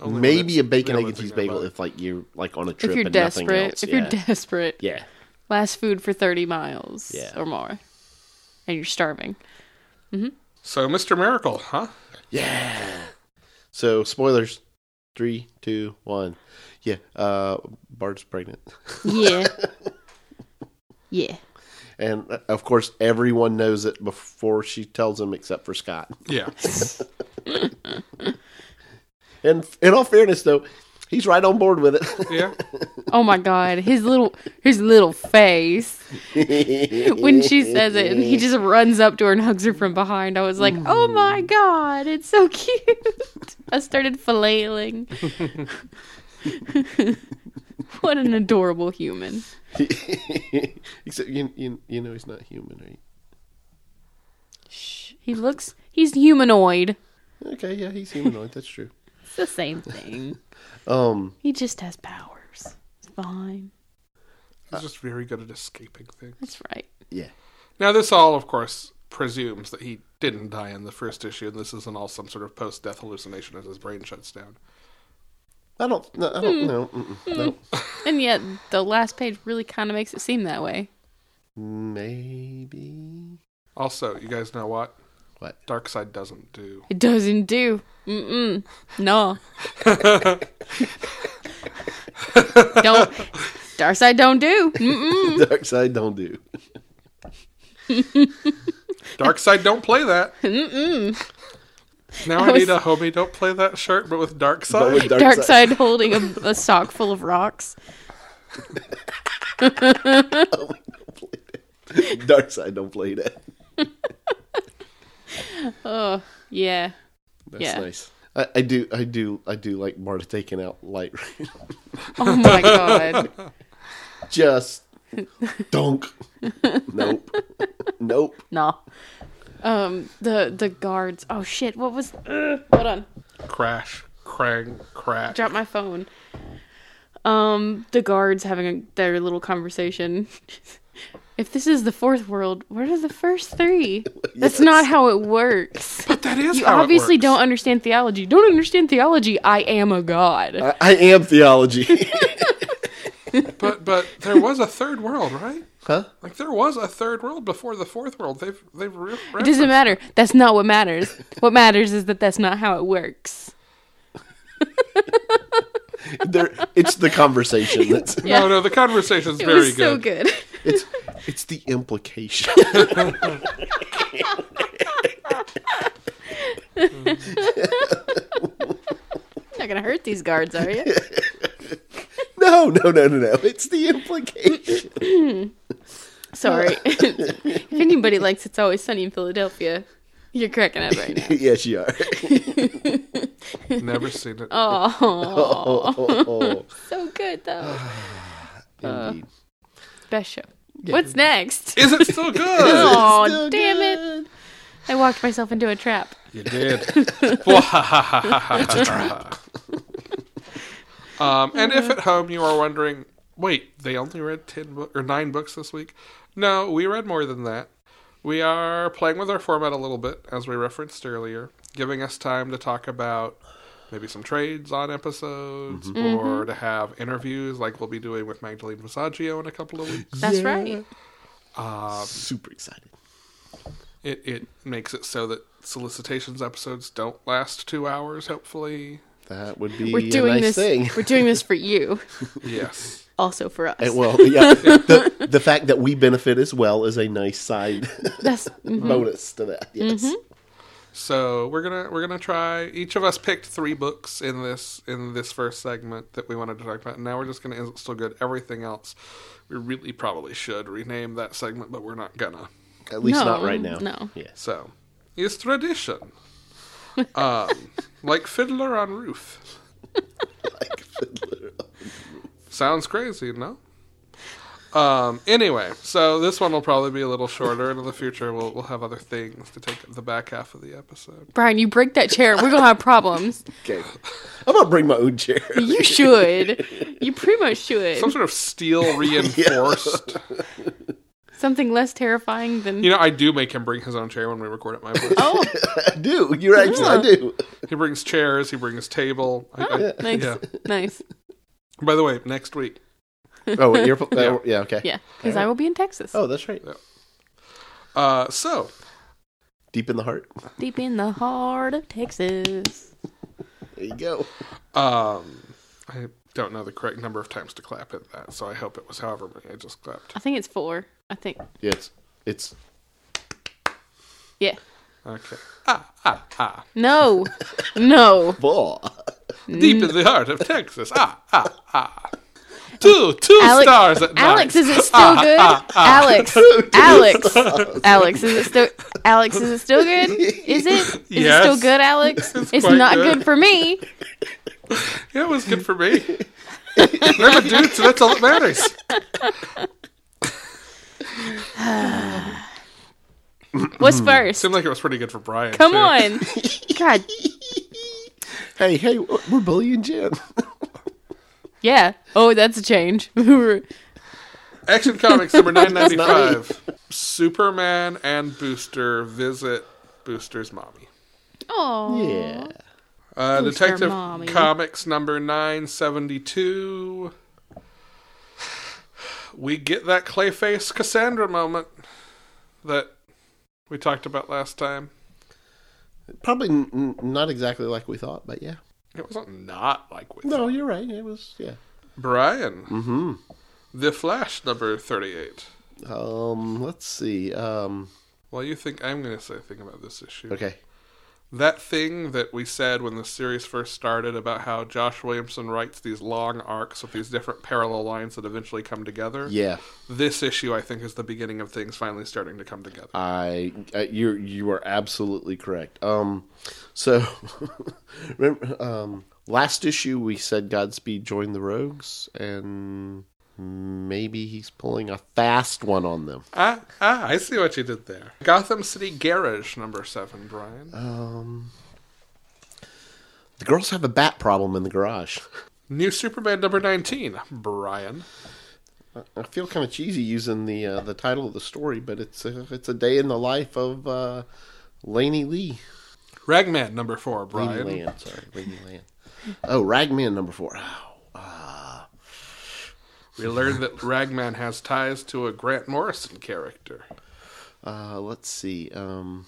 Speaker 1: only
Speaker 3: Maybe a
Speaker 1: when it's-
Speaker 3: bacon,
Speaker 1: yeah, when
Speaker 3: egg, and
Speaker 1: it's
Speaker 3: cheese
Speaker 1: like
Speaker 3: bagel
Speaker 1: that.
Speaker 3: if like you're like on a trip
Speaker 2: if you're
Speaker 3: and nothing
Speaker 2: desperate,
Speaker 3: else.
Speaker 2: if
Speaker 3: yeah.
Speaker 2: you're desperate,
Speaker 3: yeah.
Speaker 2: last food for thirty miles
Speaker 3: Yeah.
Speaker 2: or more, and you're starving.
Speaker 1: So, Mr. Miracle, huh?
Speaker 3: Yeah. So spoilers. Three, two, one. Yeah. Uh Bart's pregnant.
Speaker 2: Yeah, yeah.
Speaker 3: And uh, of course everyone knows it before she tells him except for Scott.
Speaker 1: Yeah.
Speaker 3: And in all fairness though, he's right on board with
Speaker 1: Yeah.
Speaker 2: Oh my God, his little his little face
Speaker 3: it.
Speaker 2: when she says it, and he just runs up to her and hugs her from behind. I was like, oh my God, it's so cute. I started flailing. what an adorable human.
Speaker 3: Except you, you you know he's not human, right?
Speaker 2: He looks he's humanoid.
Speaker 3: Okay, yeah, he's humanoid, that's true.
Speaker 2: It's the same thing.
Speaker 3: Um
Speaker 2: He just has powers. It's fine.
Speaker 1: He's just very good at escaping things.
Speaker 2: That's right.
Speaker 3: yeah.
Speaker 1: Now, this all, of course, presumes that he didn't die in the first issue, and this isn't all some sort of post death hallucination as his brain shuts down.
Speaker 3: I don't no, I don't know. Mm-mm, No.
Speaker 2: And yet the last page really kind of makes it seem that way.
Speaker 3: Maybe.
Speaker 1: Also, you guys know what?
Speaker 3: What?
Speaker 1: Darkseid doesn't do.
Speaker 2: It doesn't do. Mm-mm. No. don't. Darkseid don't do. Mm-mm.
Speaker 3: Dark side don't do.
Speaker 1: Darkseid don't play that.
Speaker 2: Mm-mm.
Speaker 1: Now
Speaker 2: I
Speaker 1: I,
Speaker 2: was-
Speaker 1: need a homie don't play that shirt, but with
Speaker 3: But with
Speaker 1: Darkseid.
Speaker 3: dark, side,
Speaker 2: Darkseid holding a, a sock full of rocks.
Speaker 3: dark side don't play that.
Speaker 2: Oh, yeah.
Speaker 3: That's
Speaker 2: Yeah.
Speaker 3: nice. I, I do, I do, I do like Marta taking out light,
Speaker 2: Oh my god.
Speaker 3: just Dunk. nope. nope.
Speaker 2: No. Um, the the guards. Oh shit! What was? Ugh, hold on.
Speaker 1: Crash, crang, crack.
Speaker 2: Drop my phone. Um, the guards having a, their little conversation. if this is the fourth world, what are the first three? That's not how it works.
Speaker 1: That is
Speaker 2: You
Speaker 1: how it
Speaker 2: obviously
Speaker 1: works.
Speaker 2: don't understand theology. Don't understand theology. I am a god.
Speaker 3: I, I am theology.
Speaker 1: But but there was a third world, right?
Speaker 3: huh?
Speaker 1: Like there was a third world before the fourth world. They've they've re-
Speaker 2: it
Speaker 1: referenced-
Speaker 2: doesn't matter. That's not what matters. what matters is that that's not how it works.
Speaker 3: There, it's the conversation. That's,
Speaker 2: Yeah.
Speaker 1: Oh, No, no, the conversation's
Speaker 2: It
Speaker 1: very
Speaker 2: was
Speaker 1: good.
Speaker 2: so good.
Speaker 3: it's it's the implication.
Speaker 2: You're not gonna hurt these guards, are you?
Speaker 3: No, no, no, no, no. It's the implication.
Speaker 2: Sorry. if anybody likes It's Always Sunny in Philadelphia, you're cracking up right now.
Speaker 3: yes, you are.
Speaker 1: Never seen it.
Speaker 2: Oh,
Speaker 3: Oh, oh, oh.
Speaker 2: so good though. Uh,
Speaker 3: Indeed.
Speaker 2: Best show. What's next?
Speaker 1: Is it still good?
Speaker 2: Oh,
Speaker 3: still
Speaker 2: damn it. I walked myself into a trap.
Speaker 1: you did. um, and if at home you are wondering, wait, they only read ten bo- or nine books this week? No, we read more than that. We are playing with our format a little bit, as we referenced earlier, giving us time to talk about maybe some trades on episodes or to have interviews like we'll be doing with Magdalene Visaggio in a couple of weeks.
Speaker 2: That's right.
Speaker 3: Super excited.
Speaker 1: It it makes it so that solicitations episodes don't last two hours, hopefully.
Speaker 3: That would be
Speaker 2: We're doing
Speaker 3: a nice
Speaker 2: this.
Speaker 3: thing.
Speaker 2: We're doing this for you,
Speaker 1: Yes.
Speaker 2: also for us.
Speaker 3: And well, yeah. the, the fact that we benefit as well is a nice side
Speaker 2: That's
Speaker 3: bonus to that. Yes.
Speaker 2: Mm-hmm.
Speaker 1: So we're gonna we're gonna try. Each of us picked three books in this in this first segment that we wanted to talk about. And now we're just gonna is it still good everything else. We really probably should rename that segment, but we're not gonna.
Speaker 3: At least
Speaker 2: No,
Speaker 3: not right now.
Speaker 2: no.
Speaker 3: Yes.
Speaker 1: So it's tradition, um, like Fiddler on Roof.
Speaker 3: Like Fiddler.
Speaker 1: Sounds crazy, no? Um, anyway, so this one will probably be a little shorter, and in the future we'll we'll have other things to take up the back half of the episode.
Speaker 2: Brian, you break that chair. We're gonna have problems.
Speaker 3: Okay. I'm gonna bring my own chair.
Speaker 2: You should. You pretty much should.
Speaker 1: Some sort of steel reinforced.
Speaker 2: Something less terrifying than
Speaker 1: You know, I do make him bring his own chair when we record at my place.
Speaker 2: oh,
Speaker 3: I do. You're right. I do.
Speaker 1: He brings chairs. He brings table. I, I-
Speaker 2: nice,
Speaker 1: Yeah.
Speaker 2: nice.
Speaker 1: By the way, next week.
Speaker 3: Oh, wait, you're, yeah. yeah. Okay.
Speaker 2: Yeah, because I will be in Texas,
Speaker 3: Oh, that's right.
Speaker 1: Uh, so
Speaker 3: Deep in the heart.
Speaker 2: deep in the heart of Texas.
Speaker 3: There you go.
Speaker 1: um, I don't know the correct number of times to clap at that, so I hope it was however many I just clapped.
Speaker 2: I think it's four. I think.
Speaker 3: Yeah, it's it's
Speaker 2: Yeah.
Speaker 1: Okay.
Speaker 2: No. No.
Speaker 3: ball.
Speaker 1: Deep in the heart of Texas. Ah, ah, ah. Two, two
Speaker 2: Alex-
Speaker 1: stars at
Speaker 2: Alex,
Speaker 1: night.
Speaker 2: is it still good?
Speaker 1: Ah,
Speaker 2: Alex, Alex, Alex, is it still? Alex, is it still good? Is it? Is
Speaker 1: Yes.
Speaker 2: it still good, Alex? It's,
Speaker 1: quite
Speaker 2: not
Speaker 1: good.
Speaker 2: good. for me.
Speaker 1: Yeah, it was good for me. Never dude, so that's all that matters. Hmm.
Speaker 2: What's first?
Speaker 1: Seemed like it was pretty good for Brian.
Speaker 2: Come
Speaker 1: too.
Speaker 2: on, God,
Speaker 3: Hey, hey, we're bullying Jim.
Speaker 2: yeah. Oh, that's a change. Wait,
Speaker 1: Action Comics number 995. Superman and Booster visit Booster's mommy.
Speaker 2: Oh,
Speaker 3: Yeah.
Speaker 1: Uh,
Speaker 2: Booster
Speaker 1: Detective
Speaker 2: mommy.
Speaker 1: Comics number 972. We get that Clayface Cassandra moment that we talked about last time.
Speaker 3: Probably n- n- not exactly like we thought, but yeah.
Speaker 1: It wasn't not like with
Speaker 3: No, you're right. It was yeah.
Speaker 1: Brian. Mm-hmm. The Flash number 38.
Speaker 3: Um, let's see. Um,
Speaker 1: Well, you think I'm going to say a thing about this issue.
Speaker 3: okay.
Speaker 1: that thing that we said when the series first started about how Josh Williamson writes these long arcs with these different parallel lines that eventually come together.
Speaker 3: Yeah,
Speaker 1: This issue, I think, is the beginning of things finally starting to come together.
Speaker 3: I uh, you you are absolutely correct. Um, so remember um last issue we said Godspeed joined the Rogues and Maybe he's pulling a fast one on them.
Speaker 1: Ah, ah, I see what you did there. Gotham City Garage number seven, Brian.
Speaker 3: Um, the girls have a bat problem in the garage.
Speaker 1: New Superman number 19, Brian.
Speaker 3: I feel kind of cheesy using the uh, the title of the story, but it's a, it's a day in the life of uh, Laney Lee.
Speaker 1: Ragman number four,
Speaker 3: Laney
Speaker 1: Brian.
Speaker 3: Land, sorry, Laney Land. Oh, Ragman number four. Oh, uh,
Speaker 1: We learned that Ragman has ties to a Grant Morrison character.
Speaker 3: uh, let's see. Um,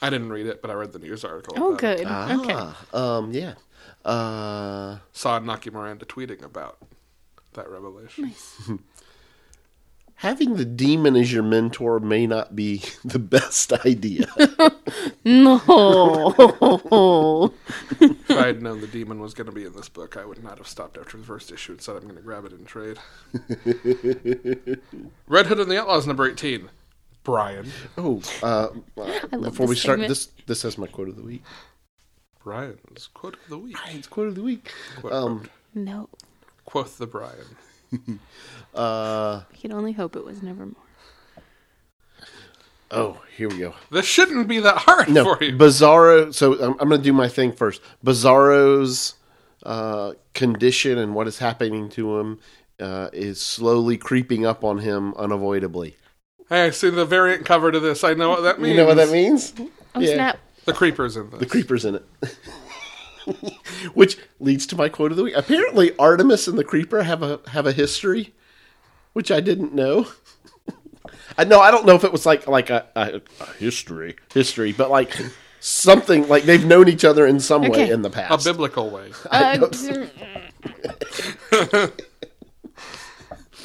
Speaker 1: I didn't read it, but I read the news article.
Speaker 2: Oh,
Speaker 1: about it.
Speaker 2: good. okay.
Speaker 3: ah, um, yeah. Uh,
Speaker 1: Saw Naki Miranda tweeting about that revelation.
Speaker 3: having the demon as your mentor may not be the best idea.
Speaker 2: No.
Speaker 1: if I had known the demon was going to be in this book, I would not have stopped after the first issue and said, I'm going to grab it in trade. Red Hood and the Outlaws, number 18. Brian.
Speaker 3: oh, uh,
Speaker 2: love
Speaker 3: before we
Speaker 2: this
Speaker 3: start,
Speaker 2: segment.
Speaker 3: this this has my quote of the week.
Speaker 1: Brian's quote of the week.
Speaker 3: It's quote of the week.
Speaker 1: Quote,
Speaker 3: Um,
Speaker 2: no.
Speaker 1: Quoth the Brian.
Speaker 3: uh,
Speaker 2: We could only hope it was never more.
Speaker 3: oh, here we go.
Speaker 1: This shouldn't be that hard
Speaker 3: No,
Speaker 1: for you.
Speaker 3: Bizarro. So I'm, I'm going to do my thing first. Bizarro's uh, condition and what is happening to him uh, is slowly creeping up on him unavoidably.
Speaker 1: Hey, I see the variant cover to this. I know what that means.
Speaker 3: You know what that means?
Speaker 2: Oh,
Speaker 3: Yeah.
Speaker 2: snap.
Speaker 1: The creepers in this.
Speaker 3: The creepers in it. Which leads to my quote of the week. Apparently, Artemis and the creeper have a have a history, which I didn't know. I know I don't know if it was like like a, a, a history history, but like something like they've known each other in some way
Speaker 2: Okay.
Speaker 3: in the
Speaker 1: a
Speaker 3: past.
Speaker 1: biblical way.
Speaker 2: Uh,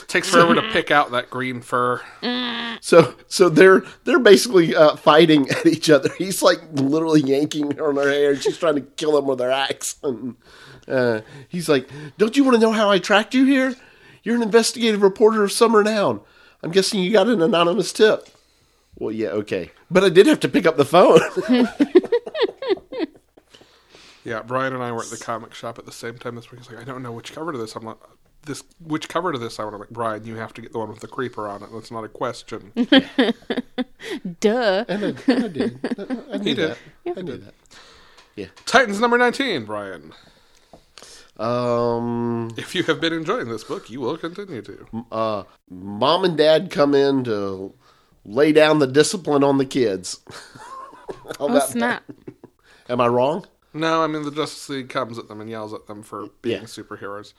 Speaker 1: takes forever to pick out that green fur.
Speaker 3: So so they're they're basically uh, fighting at each other. He's like literally yanking her on her hair, and she's trying to kill him with her axe. And, uh, he's like, "Don't you want to know how I tracked you here? You're an investigative reporter of Summer Noun. I'm guessing you got an anonymous tip." Well, yeah, okay, but I did have to pick up the phone.
Speaker 1: Yeah, Brian and I were at the comic shop at the same time this week. He's like, I don't know which cover to this. I'm like, this which cover to this? I want to like, Brian, you have to get the one with the creeper on it. That's not a question.
Speaker 2: duh.
Speaker 3: and I, I did. I, I knew
Speaker 1: did.
Speaker 3: that. I knew that.
Speaker 1: Titans number nineteen, Brian.
Speaker 3: Um,
Speaker 1: If you have been enjoying this book, you will continue to.
Speaker 3: uh, mom and dad come in to lay down the discipline on the kids. How
Speaker 2: Oh,
Speaker 3: about
Speaker 2: snap.
Speaker 3: Am I wrong?
Speaker 1: No, I mean the Justice League comes at them and yells at them for being
Speaker 3: Yeah.
Speaker 1: superheroes.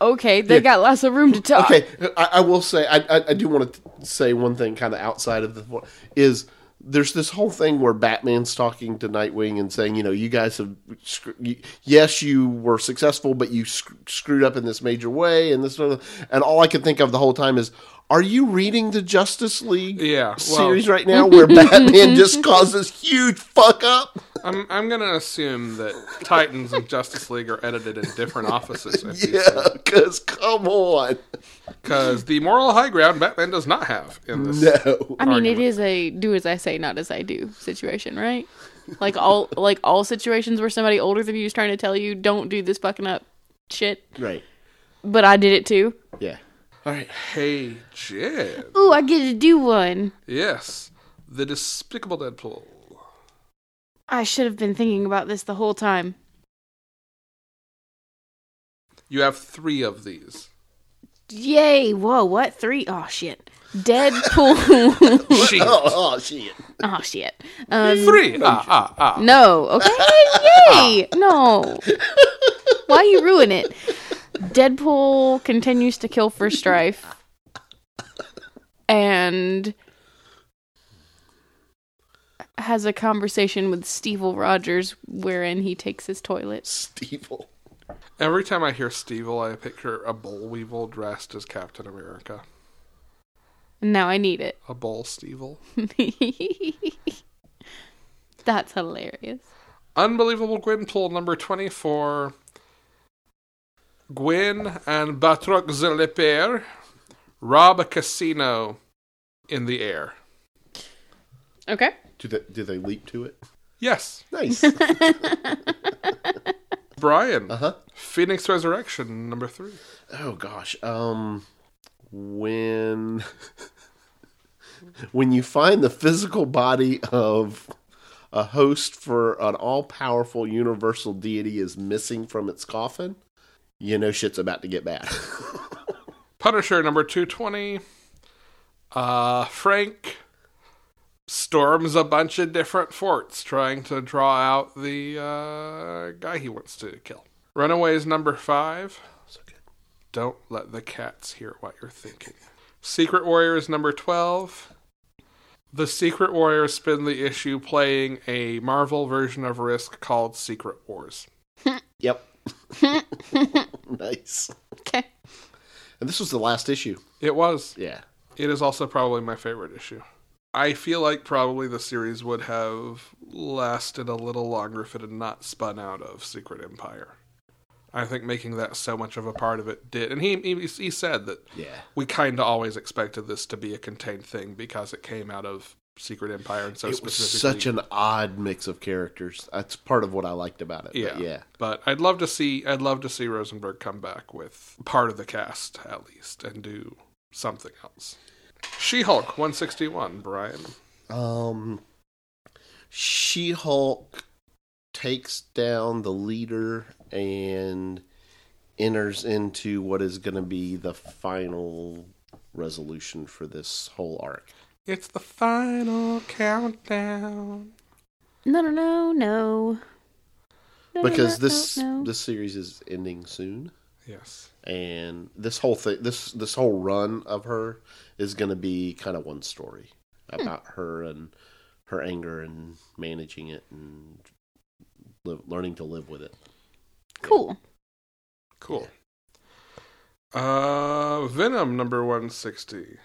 Speaker 2: Okay, they got lots of room to talk.
Speaker 3: Okay, I, I will say I, I, I do want to say one thing, kind of outside of the is there's this whole thing where Batman's talking to Nightwing and saying, you know, you guys have, screw- you- yes, you were successful, but you sc- screwed up in this major way, and this sort of- and all I could think of the whole time is, are you reading the Justice League
Speaker 1: Yeah, well-
Speaker 3: series right now where Batman just causes huge fuck up?
Speaker 1: I'm I'm gonna assume that Titans and Justice League are edited in different offices at DC.
Speaker 3: Yeah, because come on,
Speaker 1: Because the moral high ground Batman does not have in this.
Speaker 3: no.
Speaker 2: I mean, it is a do as I say, not as I do situation, right? Like all like all situations where somebody older than you is trying to tell you don't do this fucking up shit,
Speaker 3: Right.
Speaker 2: but I did it too.
Speaker 3: Yeah.
Speaker 1: Hey, Jim.
Speaker 2: Ooh, I get to do one.
Speaker 1: Yes. The Despicable Deadpool.
Speaker 2: I should have been thinking about this the whole time.
Speaker 1: You have three of these.
Speaker 2: Yay! Whoa! What three? Oh shit! Deadpool.
Speaker 1: Shit.
Speaker 3: Oh, oh shit.
Speaker 2: oh shit! Um,
Speaker 1: Three. Ah, ah, ah.
Speaker 2: No. Okay. Yay. No. Why you ruin it? Deadpool continues to kill for strife, and has a conversation with Steve Rogers wherein he takes his toilet.
Speaker 3: Steeple.
Speaker 1: Every time I hear Stevel, I picture a boll weevil dressed as Captain America.
Speaker 2: Now I need it.
Speaker 1: A boll Stevel.
Speaker 2: That's hilarious.
Speaker 1: Unbelievable Gwynpool number 24. Gwyn and Batroc Zeleper rob a casino in the air.
Speaker 2: Okay.
Speaker 3: Do they do they leap to it?
Speaker 1: Yes.
Speaker 3: Nice.
Speaker 1: Brian,
Speaker 3: Uh huh.
Speaker 1: Phoenix Resurrection number three.
Speaker 3: Oh gosh. Um, when when you find the physical body of a host for an all-powerful universal deity is missing from its coffin, you know shit's about to get bad.
Speaker 1: Punisher number 220. Uh, Frank storms a bunch of different forts trying to draw out the uh, guy he wants to kill. Runaways number 5. Don't let the cats hear what you're thinking. Secret Warriors number 12. The Secret Warriors spend the issue playing a Marvel version of Risk called Secret Wars.
Speaker 3: yep. nice.
Speaker 2: Okay.
Speaker 3: And this was the last issue.
Speaker 1: It was.
Speaker 3: Yeah.
Speaker 1: It is also probably my favorite issue. I feel like probably the series would have lasted a little longer if it had not spun out of Secret Empire. I think making that so much of a part of it did, and he he, he said that
Speaker 3: Yeah.
Speaker 1: we kind of always expected this to be a contained thing because it came out of Secret Empire and so
Speaker 3: it was
Speaker 1: specifically.
Speaker 3: such an odd mix of characters. That's part of what I liked about it.
Speaker 1: yeah,
Speaker 3: But yeah.
Speaker 1: But I'd love to see I'd love to see Rosenberg come back with part of the cast at least and do something else. She Hulk one sixty one, Brian.
Speaker 3: Um, She Hulk takes down the leader and enters into what is going to be the final resolution for this whole arc.
Speaker 1: It's the final countdown.
Speaker 2: No, no, no, no. No, no,
Speaker 3: Because
Speaker 2: no,
Speaker 3: this
Speaker 2: no, no.
Speaker 3: this series is ending soon,
Speaker 1: Yes.
Speaker 3: and this whole thing this this whole run of her is going to be kind of one story
Speaker 2: Hmm.
Speaker 3: about her and her anger and managing it and live, learning to live with it.
Speaker 2: cool.
Speaker 1: Cool. Uh, Venom number 160.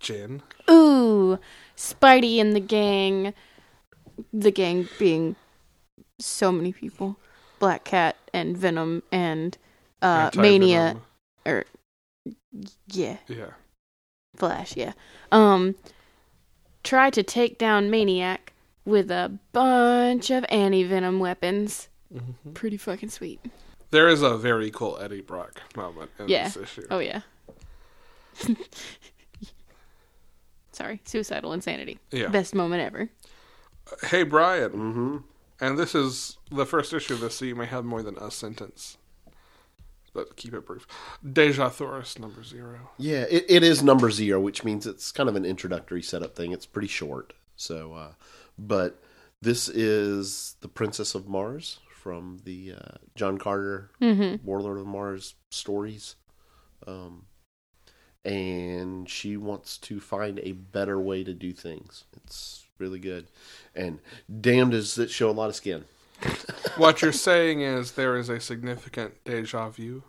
Speaker 1: Jin.
Speaker 2: Ooh, Spidey and the gang. The gang being so many people. Black Cat and Venom and uh,
Speaker 1: Anti-Venom.
Speaker 2: Mania. Yeah,
Speaker 1: Yeah.
Speaker 2: Flash. Yeah. Um, try to take down Maniac with a bunch of anti venom weapons.
Speaker 1: Mm-hmm.
Speaker 2: Pretty fucking sweet.
Speaker 1: There is a very cool Eddie Brock moment in
Speaker 2: Yeah.
Speaker 1: this issue.
Speaker 2: Oh yeah. Sorry, suicidal insanity.
Speaker 1: Yeah.
Speaker 2: Best moment ever.
Speaker 1: Hey, Brian.
Speaker 3: Mm-hmm.
Speaker 1: And this is the first issue of this, so you may have more than a sentence. But keep it brief. Deja Thoris number zero.
Speaker 3: Yeah, it, it is number zero, which means it's kind of an introductory setup thing. It's pretty short. So, uh, but this is the Princess of Mars from the uh, John Carter
Speaker 1: Mm-hmm.
Speaker 3: Warlord of Mars stories, um, and she wants to find a better way to do things. It's really good, and damn does it show a lot of skin.
Speaker 1: what you're saying is there is a significant deja vu.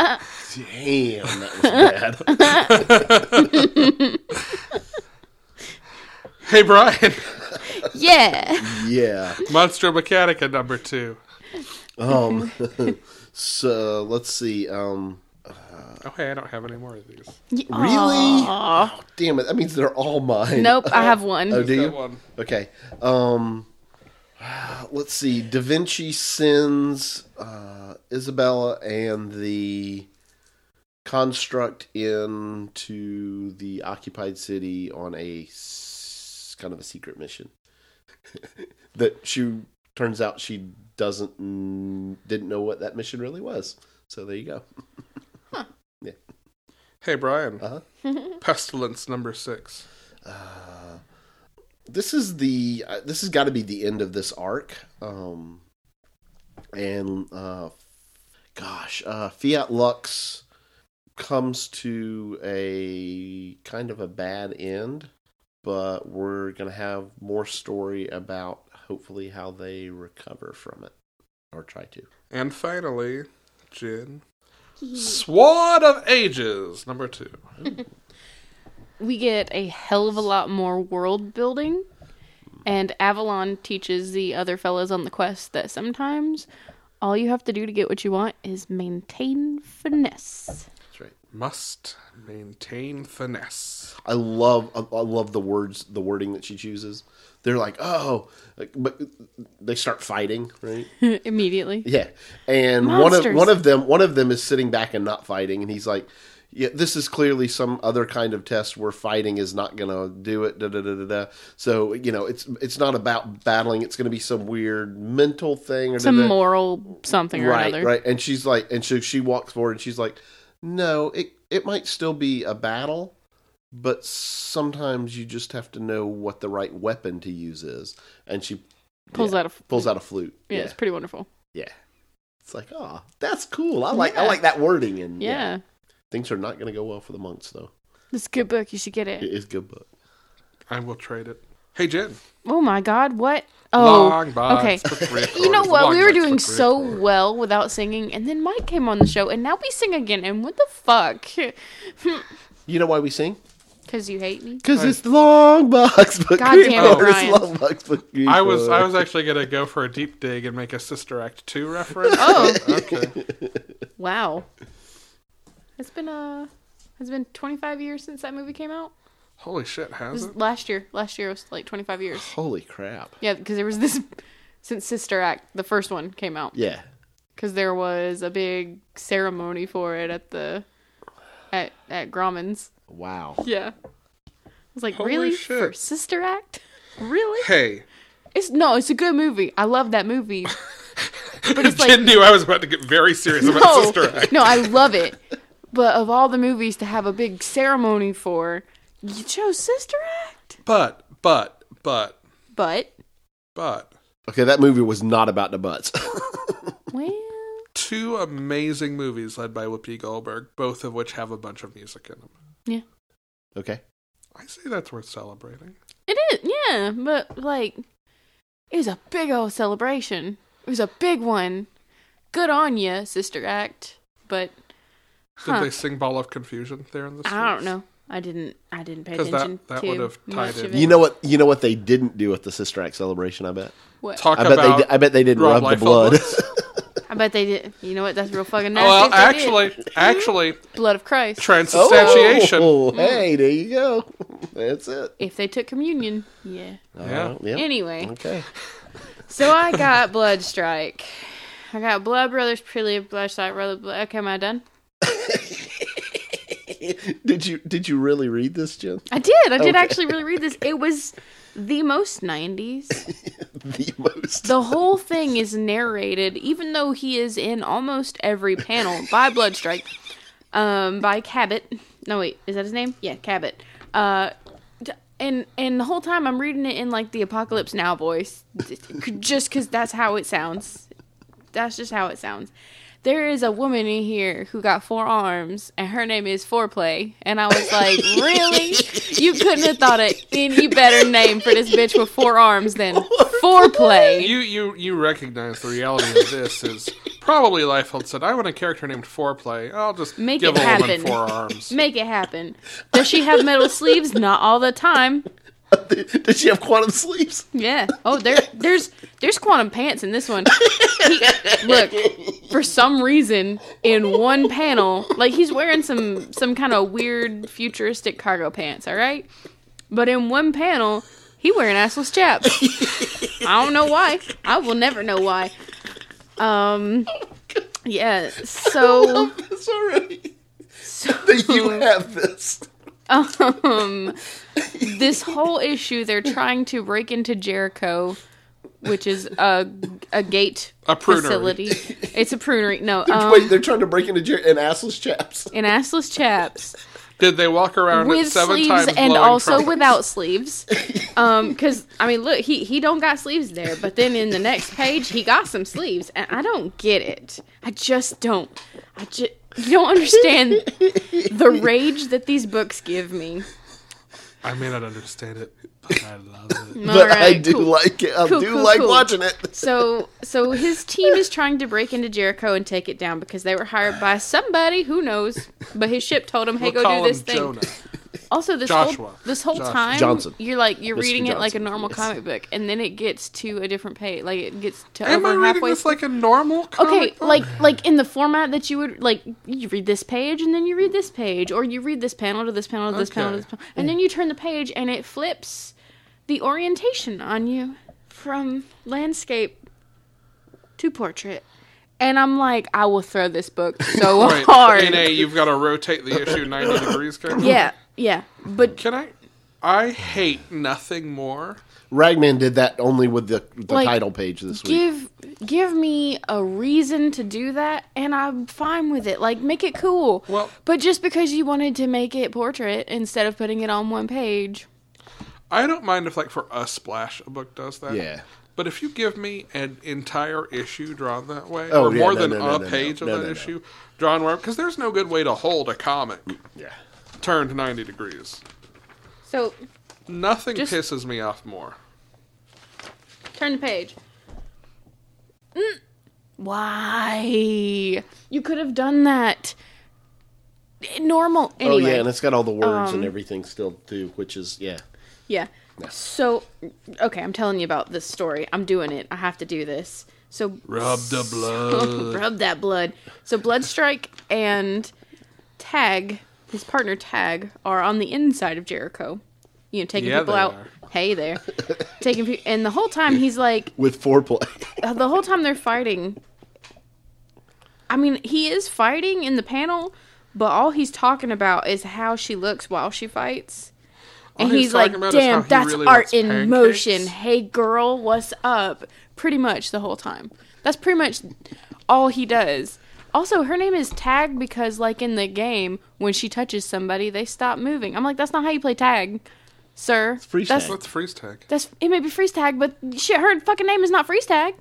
Speaker 3: Damn, that was bad.
Speaker 1: Hey, Brian.
Speaker 2: yeah.
Speaker 3: yeah.
Speaker 1: Monster Mechanica number two.
Speaker 3: Um. so let's see. Um.
Speaker 1: Oh, hey, I don't have any more of these.
Speaker 2: Really?
Speaker 3: Really? Oh, damn it! That means they're all mine.
Speaker 2: Nope, I have one.
Speaker 3: Oh, do you?
Speaker 1: That one.
Speaker 3: Okay. Um. Let's see. Da Vinci sends uh, Isabella and the construct into the occupied city on a s- kind of a secret mission that she turns out she doesn't didn't know what that mission really was. So there you go.
Speaker 1: Hey, Brian.
Speaker 3: Uh-huh.
Speaker 1: Pestilence number six.
Speaker 3: Uh, this is the uh, this has got to be the end of this arc um and uh gosh uh fiat lux comes to a kind of a bad end but we're gonna have more story about hopefully how they recover from it or try to
Speaker 1: And finally, Jin. Sword of Ages number two.
Speaker 2: We get a hell of a lot more world building, and Avalon teaches the other fellas on the quest that sometimes all you have to do to get what you want is maintain finesse.
Speaker 3: that's right
Speaker 1: Must maintain finesse.
Speaker 3: i love i I love the words the wording that she chooses they're like, oh, like, but they start fighting, right?
Speaker 2: Immediately.
Speaker 3: Yeah, and one
Speaker 2: Monsters.
Speaker 3: of one of them one of them is sitting back and not fighting, and he's like, "Yeah, this is clearly some other kind of test where fighting is not going to do it." Da da da da da. So you know, it's it's not about battling; it's going to be some weird mental thing or
Speaker 2: Some
Speaker 3: da-da.
Speaker 2: moral something or
Speaker 3: right,
Speaker 2: another.
Speaker 3: right. And she's like, and so she walks forward, and she's like, "No, it it might still be a battle." But sometimes you just have to know what the right weapon to use is, and she
Speaker 2: Pulls
Speaker 3: yeah,
Speaker 2: out a. f-
Speaker 3: pulls out a flute.
Speaker 2: yeah, it's pretty wonderful.
Speaker 3: Yeah. It's like, oh, that's cool. I like I
Speaker 2: Yeah.
Speaker 3: like that wording and
Speaker 2: Yeah.
Speaker 3: Things are not gonna go well for the monks though.
Speaker 2: This is a good book. You should get
Speaker 3: It
Speaker 2: it.
Speaker 3: is a good book.
Speaker 1: I will trade it. Hey, Jen.
Speaker 2: Oh my God! What? Oh,
Speaker 1: long box
Speaker 2: okay.
Speaker 1: with Rick
Speaker 2: You know
Speaker 1: Roll.
Speaker 2: what?
Speaker 1: Long
Speaker 2: We were
Speaker 1: box
Speaker 2: doing
Speaker 1: with Rick
Speaker 2: so
Speaker 1: Roll.
Speaker 2: well without singing, and then Mike came on the show, and now we sing again. And what the fuck?
Speaker 3: You know why we sing?
Speaker 2: Because you hate me.
Speaker 3: Because it's long box book.
Speaker 2: God damn it,
Speaker 3: Creepers,
Speaker 2: Ryan.
Speaker 3: long box book.
Speaker 1: I was I
Speaker 3: Creepers.
Speaker 1: was actually gonna go for a deep dig and make a Sister Act two reference.
Speaker 2: Oh.
Speaker 1: okay.
Speaker 2: Wow. It's been uh, it's been 25 years since that movie came out.
Speaker 1: Holy shit,
Speaker 2: It
Speaker 1: has
Speaker 2: was
Speaker 1: it?
Speaker 2: last year. Last year was like 25 years.
Speaker 3: Holy crap.
Speaker 2: Yeah, because there was this since Sister Act, the first one came out,
Speaker 3: Yeah.
Speaker 2: because there was a big ceremony for it at the at at Grauman's.
Speaker 3: Wow.
Speaker 2: Yeah. I was like,
Speaker 1: Holy
Speaker 2: really
Speaker 1: shit.
Speaker 2: for Sister Act? Really?
Speaker 1: Hey,
Speaker 2: It's no, it's a good movie. I love that movie.
Speaker 1: but
Speaker 2: it's
Speaker 1: Jen
Speaker 2: like-
Speaker 1: knew I was about to get very serious about
Speaker 2: No,
Speaker 1: Sister Act.
Speaker 2: no, I love it. But of all the movies to have a big ceremony for, you chose Sister Act.
Speaker 1: But but but
Speaker 2: But
Speaker 1: but
Speaker 3: Okay, that movie was not about the butts.
Speaker 2: well,
Speaker 1: two amazing movies led by Whoopi Goldberg, both of which have a bunch of music in them.
Speaker 3: okay.
Speaker 1: I say that's worth celebrating.
Speaker 2: it is. Yeah, but like, it was a big old celebration. It was a big one. Good on you, Sister Act. But
Speaker 1: Did
Speaker 2: Huh.
Speaker 1: they sing "Ball of Confusion" there in the?
Speaker 2: I don't
Speaker 1: streets?
Speaker 2: know. I didn't. I didn't pay
Speaker 1: 'Cause that-
Speaker 2: attention
Speaker 1: that
Speaker 2: to
Speaker 1: would've tied
Speaker 2: much
Speaker 1: in.
Speaker 2: of it.
Speaker 3: You know what you know what they didn't do at the Sister Act celebration, I bet.
Speaker 2: what?
Speaker 1: Talk
Speaker 3: I bet
Speaker 1: about.
Speaker 3: they di- I bet they didn't
Speaker 1: Rob
Speaker 3: rub the
Speaker 1: Liefeld
Speaker 3: blood.
Speaker 1: once?
Speaker 2: I bet they did. You know what? That's real fucking nasty.
Speaker 1: well,
Speaker 2: if they did.
Speaker 1: Oh, actually, actually,
Speaker 2: blood of Christ.
Speaker 1: transubstantiation.
Speaker 3: Oh,
Speaker 2: Mm.
Speaker 3: hey, there you go. That's it.
Speaker 2: if they took communion, yeah.
Speaker 1: Yeah.
Speaker 3: All right, yep.
Speaker 2: Anyway,
Speaker 3: Okay.
Speaker 2: so I got Blood Strike. I got Blood Brothers, Prelude, Blood Strike, Brother. Blood. Okay, am I done?
Speaker 3: did you did you really read this, Jim?
Speaker 2: I did. I did
Speaker 3: Okay.
Speaker 2: actually really read this. It was the most 90s.
Speaker 3: The most.
Speaker 2: The whole thing is narrated, even though he is in almost every panel by Blood Strike, um, by Cabot. No, wait, is that his name? Yeah, Cabot. Uh, d- and and the whole time I'm reading it in like the Apocalypse Now voice, just because that's how it sounds. That's just how it sounds. There is a woman in here who got four arms, and her name is Foreplay. And I was like, really? You couldn't have thought of any better name for this bitch with four arms than Foreplay.
Speaker 1: You you you recognize the reality of this is probably Liefeld said, "I want a character named Foreplay. I'll just
Speaker 2: Make
Speaker 1: give
Speaker 2: it
Speaker 1: a
Speaker 2: happen."
Speaker 1: woman four arms."
Speaker 2: Make it happen. Does she have metal sleeves? Not all the time.
Speaker 3: Did she have quantum sleeves?
Speaker 2: Yeah. Oh, there, there's, there's quantum pants in this one. He- look, for some reason, in one panel, like he's wearing some some kind of weird futuristic cargo pants. All right, but in one panel, he wearing assless chaps. I don't know why. I will never know why. Um. Yeah. So.
Speaker 3: That's already. That you have this.
Speaker 2: um this whole issue they're trying to break into Jericho which is a a gate
Speaker 1: A prunery.
Speaker 2: facility it's a prunery no
Speaker 3: Wait,
Speaker 2: um
Speaker 3: they're trying to break into Jer- and assless chaps.
Speaker 2: in assless chaps
Speaker 1: Did they walk around
Speaker 2: with
Speaker 1: it seven
Speaker 2: sleeves
Speaker 1: times
Speaker 2: and
Speaker 1: blowing
Speaker 2: also
Speaker 1: trumpets?
Speaker 2: without sleeves um cuz i mean look he he don't got sleeves there but then in the next page he got some sleeves and i don't get it i just don't i just you don't understand the rage that these books give me
Speaker 1: I may not understand it, but I love it.
Speaker 3: But I
Speaker 2: Alright,
Speaker 3: do
Speaker 2: cool.
Speaker 3: like it. I
Speaker 2: Cool,
Speaker 3: do
Speaker 2: cool,
Speaker 3: like
Speaker 2: cool.
Speaker 3: watching it.
Speaker 2: So, so his team is trying to break into Jericho and take it down because they were hired by somebody who knows. But his ship told him, "Hey,
Speaker 1: we'll
Speaker 2: go
Speaker 1: call
Speaker 2: do this
Speaker 1: him
Speaker 2: thing."
Speaker 1: Jonah.
Speaker 2: Also, this whole
Speaker 1: Joshua.
Speaker 2: this whole
Speaker 1: Joshua.
Speaker 2: time,
Speaker 3: Johnson.
Speaker 2: you're like you're
Speaker 3: Mr.
Speaker 2: reading it like a
Speaker 3: Johnson,
Speaker 2: normal
Speaker 3: yes.
Speaker 2: comic book, and then it gets to a different page. Like it gets to
Speaker 1: Am I
Speaker 2: over
Speaker 1: reading
Speaker 2: halfway.
Speaker 1: this like a normal? Comic
Speaker 2: okay,
Speaker 1: book?
Speaker 2: like like in the format that you would like, you read this page and then you read this page, or you read this panel to this panel to this panel to
Speaker 1: Okay.
Speaker 2: this panel, and then you turn the page and it flips. the orientation on you from landscape to portrait. And I'm like, I will throw this book so
Speaker 1: Right.
Speaker 2: hard.
Speaker 1: In a, you've got to rotate the issue 90 degrees kind of
Speaker 2: yeah, yeah. But
Speaker 1: Can I? I hate nothing more.
Speaker 3: Ragman did that only with the, the
Speaker 2: Like,
Speaker 3: title page this week.
Speaker 2: give give me a reason to do that and I'm fine with it. Like make it cool.
Speaker 1: Well-
Speaker 2: but just because you wanted to make it portrait instead of putting it on one page.
Speaker 1: I don't mind if, like, for us, Splash, a book does that.
Speaker 3: Yeah.
Speaker 1: But if you give me an entire issue drawn that way,
Speaker 3: Oh,
Speaker 1: or
Speaker 3: yeah,
Speaker 1: more
Speaker 3: no,
Speaker 1: than
Speaker 3: no, no,
Speaker 1: a
Speaker 3: no, no.
Speaker 1: page
Speaker 3: No,
Speaker 1: of
Speaker 3: no,
Speaker 1: that
Speaker 3: no.
Speaker 1: issue drawn where, because there's no good way to hold a comic
Speaker 3: Yeah.
Speaker 1: turned 90 degrees.
Speaker 2: So
Speaker 1: Nothing
Speaker 2: Just-
Speaker 1: pisses me off more.
Speaker 2: turn the page. Mm. Why? You could have done that. Normal anyway.
Speaker 3: Oh yeah, and it's got all the words
Speaker 2: um,
Speaker 3: and everything still too, which is yeah.
Speaker 2: Yeah. So, okay, I'm telling you about this story. I'm doing it. I have to do this. So
Speaker 1: Rub the blood.
Speaker 2: rub that blood. So Bloodstrike and Tag, his partner Tag, are on the inside of Jericho. You know, taking
Speaker 1: Yeah,
Speaker 2: people
Speaker 1: they
Speaker 2: out.
Speaker 1: are.
Speaker 2: Hey there, taking people, and the whole time he's like,
Speaker 3: With foreplay.
Speaker 2: uh, the whole time they're fighting. I mean, he is fighting in the panel, but all he's talking about is how she looks while she fights. And
Speaker 1: All he's
Speaker 2: he's like,
Speaker 1: talking about is how
Speaker 2: "Damn,
Speaker 1: he
Speaker 2: that's
Speaker 1: really
Speaker 2: art
Speaker 1: wants
Speaker 2: in
Speaker 1: pancakes."
Speaker 2: motion. Hey, girl, what's up?" Pretty much the whole time. That's pretty much all he does. Also, her name is Tag because, like in the game, when she touches somebody, they stop moving. I'm like, "That's not how you play tag, sir."
Speaker 3: freeze
Speaker 2: that's
Speaker 3: tag.
Speaker 1: That's freeze tag.
Speaker 2: that's it may be freeze tag, but shit, her fucking name is not freeze tag.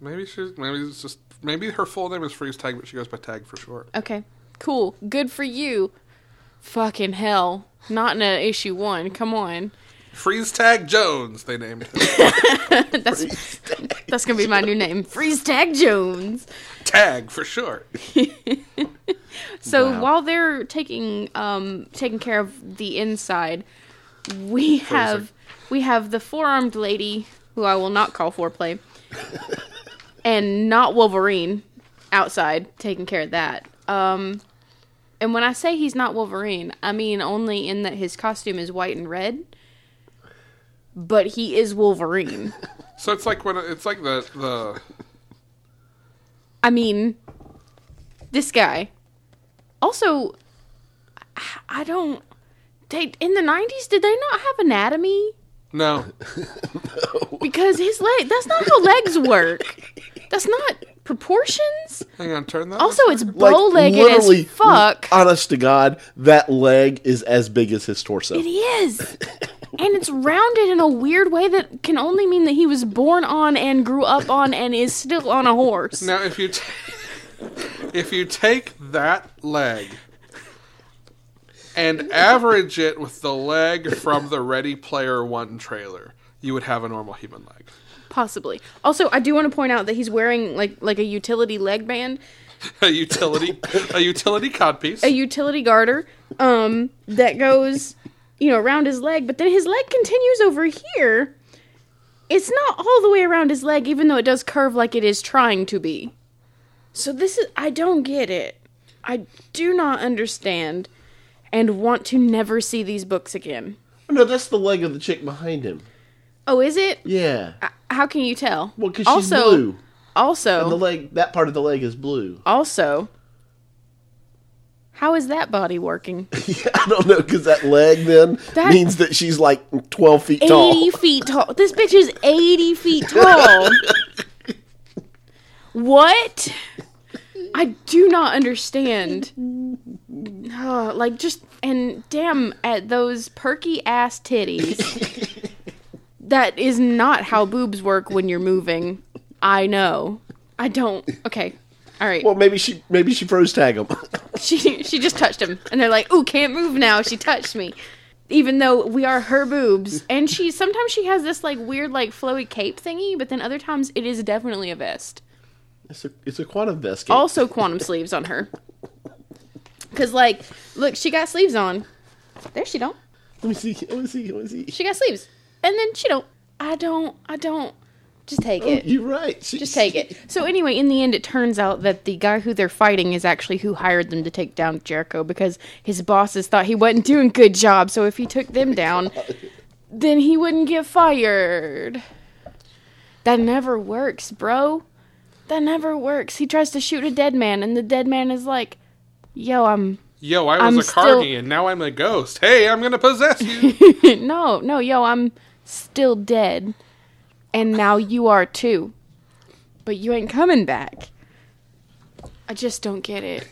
Speaker 1: Maybe she's maybe it's just maybe her full name is Freeze Tag, but she goes by Tag for short.
Speaker 2: Okay. Cool. Good for you. Fucking hell. Not in a issue one. Come on.
Speaker 1: Freeze Tag Jones, they named her.
Speaker 2: That's that's gonna be my new name. Freeze Tag Jones.
Speaker 1: Tag for short.
Speaker 2: So
Speaker 3: Wow.
Speaker 2: while they're taking um taking care of the inside, we have we have the four armed lady who I will not call foreplay, and not Wolverine outside taking care of that. Um, and when I say he's not Wolverine, I mean only in that his costume is white and red, but he is Wolverine.
Speaker 1: So it's like when it's like the the
Speaker 2: I mean, this guy. Also, I- I don't. They in the nineties did they not have anatomy?
Speaker 1: no
Speaker 2: Because his leg. That's not how legs work. That's not proportions.
Speaker 1: Hang on, turn that.
Speaker 2: Also, it's bow legged as fuck.
Speaker 3: Honest to God, that leg is as big as his torso.
Speaker 2: It is. And it's rounded in a weird way that can only mean that he was born on and grew up on and is still on a horse.
Speaker 1: now if you t- if you take that leg and average it with the leg from the Ready Player One trailer, you would have a normal human leg.
Speaker 2: Possibly. Also, I do want to point out that he's wearing like like a utility leg band
Speaker 1: A utility a utility codpiece.
Speaker 2: a utility garter um, that goes, you know, around his leg, but then his leg continues over here. It's not all the way around his leg, even though it does curve like it is trying to be. So this is I don't get it. I do not understand and want to never see these books again.
Speaker 3: No, that's the leg of the chick behind him.
Speaker 2: Oh, is it?
Speaker 3: Yeah.
Speaker 2: How can you tell?
Speaker 3: Well, because she's blue.
Speaker 2: also,
Speaker 3: And the leg, that part of the leg is blue.
Speaker 2: also, how is that body working?
Speaker 3: Yeah, I don't know, because that leg then
Speaker 2: That-
Speaker 3: means that she's like 12 feet
Speaker 2: 80
Speaker 3: tall.
Speaker 2: feet tall. This bitch is 80 feet tall. what? I do not understand. Oh, like, just, and damn, at those perky ass titties. that is not how boobs work when you're moving. I know. I don't. Okay. All right.
Speaker 3: Well, maybe she maybe she froze tag him.
Speaker 2: she she just touched him and they're like ooh can't move now she touched me even though we are her boobs and she sometimes she has this like weird like flowy cape thingy but then other times it is definitely a vest
Speaker 3: it's a it's a quantum vest. game.
Speaker 2: also quantum sleeves on her because like look she got sleeves on there she don't
Speaker 3: Let me see. Let me see. Let me see.
Speaker 2: she got sleeves and then she don't i don't i don't just take
Speaker 3: Oh,
Speaker 2: it
Speaker 3: you're right. She,
Speaker 2: just take it. So anyway, in the end, it turns out that the guy who they're fighting is actually who hired them to take down Oh Jericho because his bosses thought he wasn't doing good job. So if he took them down, then he wouldn't get fired. That never works, bro. That never works. He tries to shoot a dead man, and the dead man is like, "Yo, I'm
Speaker 1: Yo, I
Speaker 2: I'm
Speaker 1: was a carny
Speaker 2: still-
Speaker 1: and now I'm a ghost. Hey, I'm gonna possess you.
Speaker 2: no, no, yo, I'm still dead, and now you are too, but you ain't coming back." I just don't get it.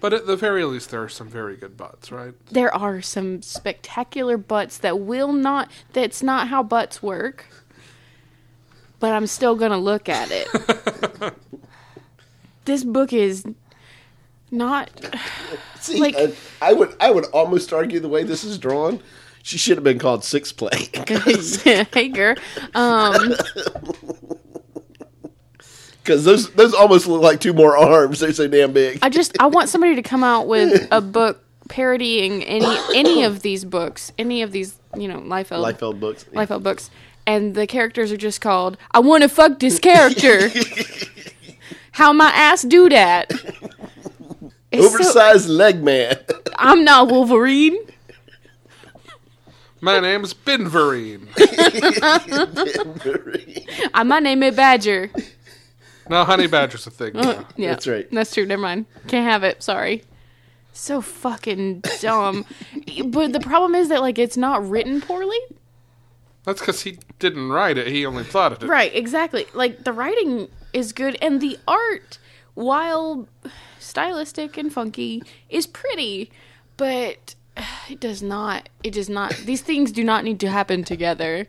Speaker 1: but at the very least, there are some very good butts, right?
Speaker 2: There are some spectacular butts that will not. That's not how butts work. But I'm still gonna look at it. this book is not.
Speaker 3: See,
Speaker 2: Like-
Speaker 3: I, I would I would almost argue the way this is drawn, she should have been called six play.
Speaker 2: hey, girl. Um,
Speaker 3: Because those those almost look like two more arms. They're so damn big.
Speaker 2: I just I want somebody to come out with a book parodying any any of these books, any of these you know Liefeld
Speaker 3: Liefeld books.
Speaker 2: Liefeld books, and the characters are just called "I want to fuck this character." How my ass do that? It's so-
Speaker 3: Oversized leg man.
Speaker 2: I'm not Wolverine.
Speaker 1: My name's Binverine.
Speaker 2: I, my name is Badger.
Speaker 1: Now, Honey Badger's a thing. Now.
Speaker 2: Yeah,
Speaker 3: That's right.
Speaker 2: That's true. Never mind. Can't have it. Sorry. So fucking dumb. but the problem is that like it's not written poorly.
Speaker 1: That's because he didn't write it; he only plotted it.
Speaker 2: Right, exactly. Like the writing is good and the art, while stylistic and funky, is pretty, but uh, it does not it does not these things do not need to happen together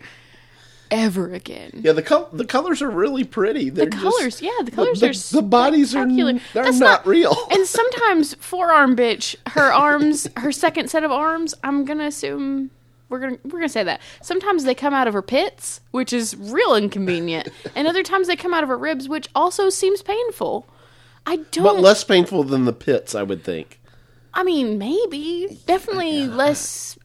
Speaker 2: ever again.
Speaker 3: Yeah, the col- the colors are really pretty. They're
Speaker 2: The colors, yeah, the colors
Speaker 3: the-
Speaker 2: are
Speaker 3: the bodies are
Speaker 2: spectacular.
Speaker 3: n- they're
Speaker 2: That's
Speaker 3: not real.
Speaker 2: and sometimes forearm bitch, her arms, her second set of arms. I'm gonna assume we're gonna we're gonna say that. Sometimes they come out of her pits, which is real inconvenient, and other times they come out of her ribs, which also seems painful. I don't.
Speaker 3: but less painful than the pits, I would think.
Speaker 2: I mean, maybe definitely less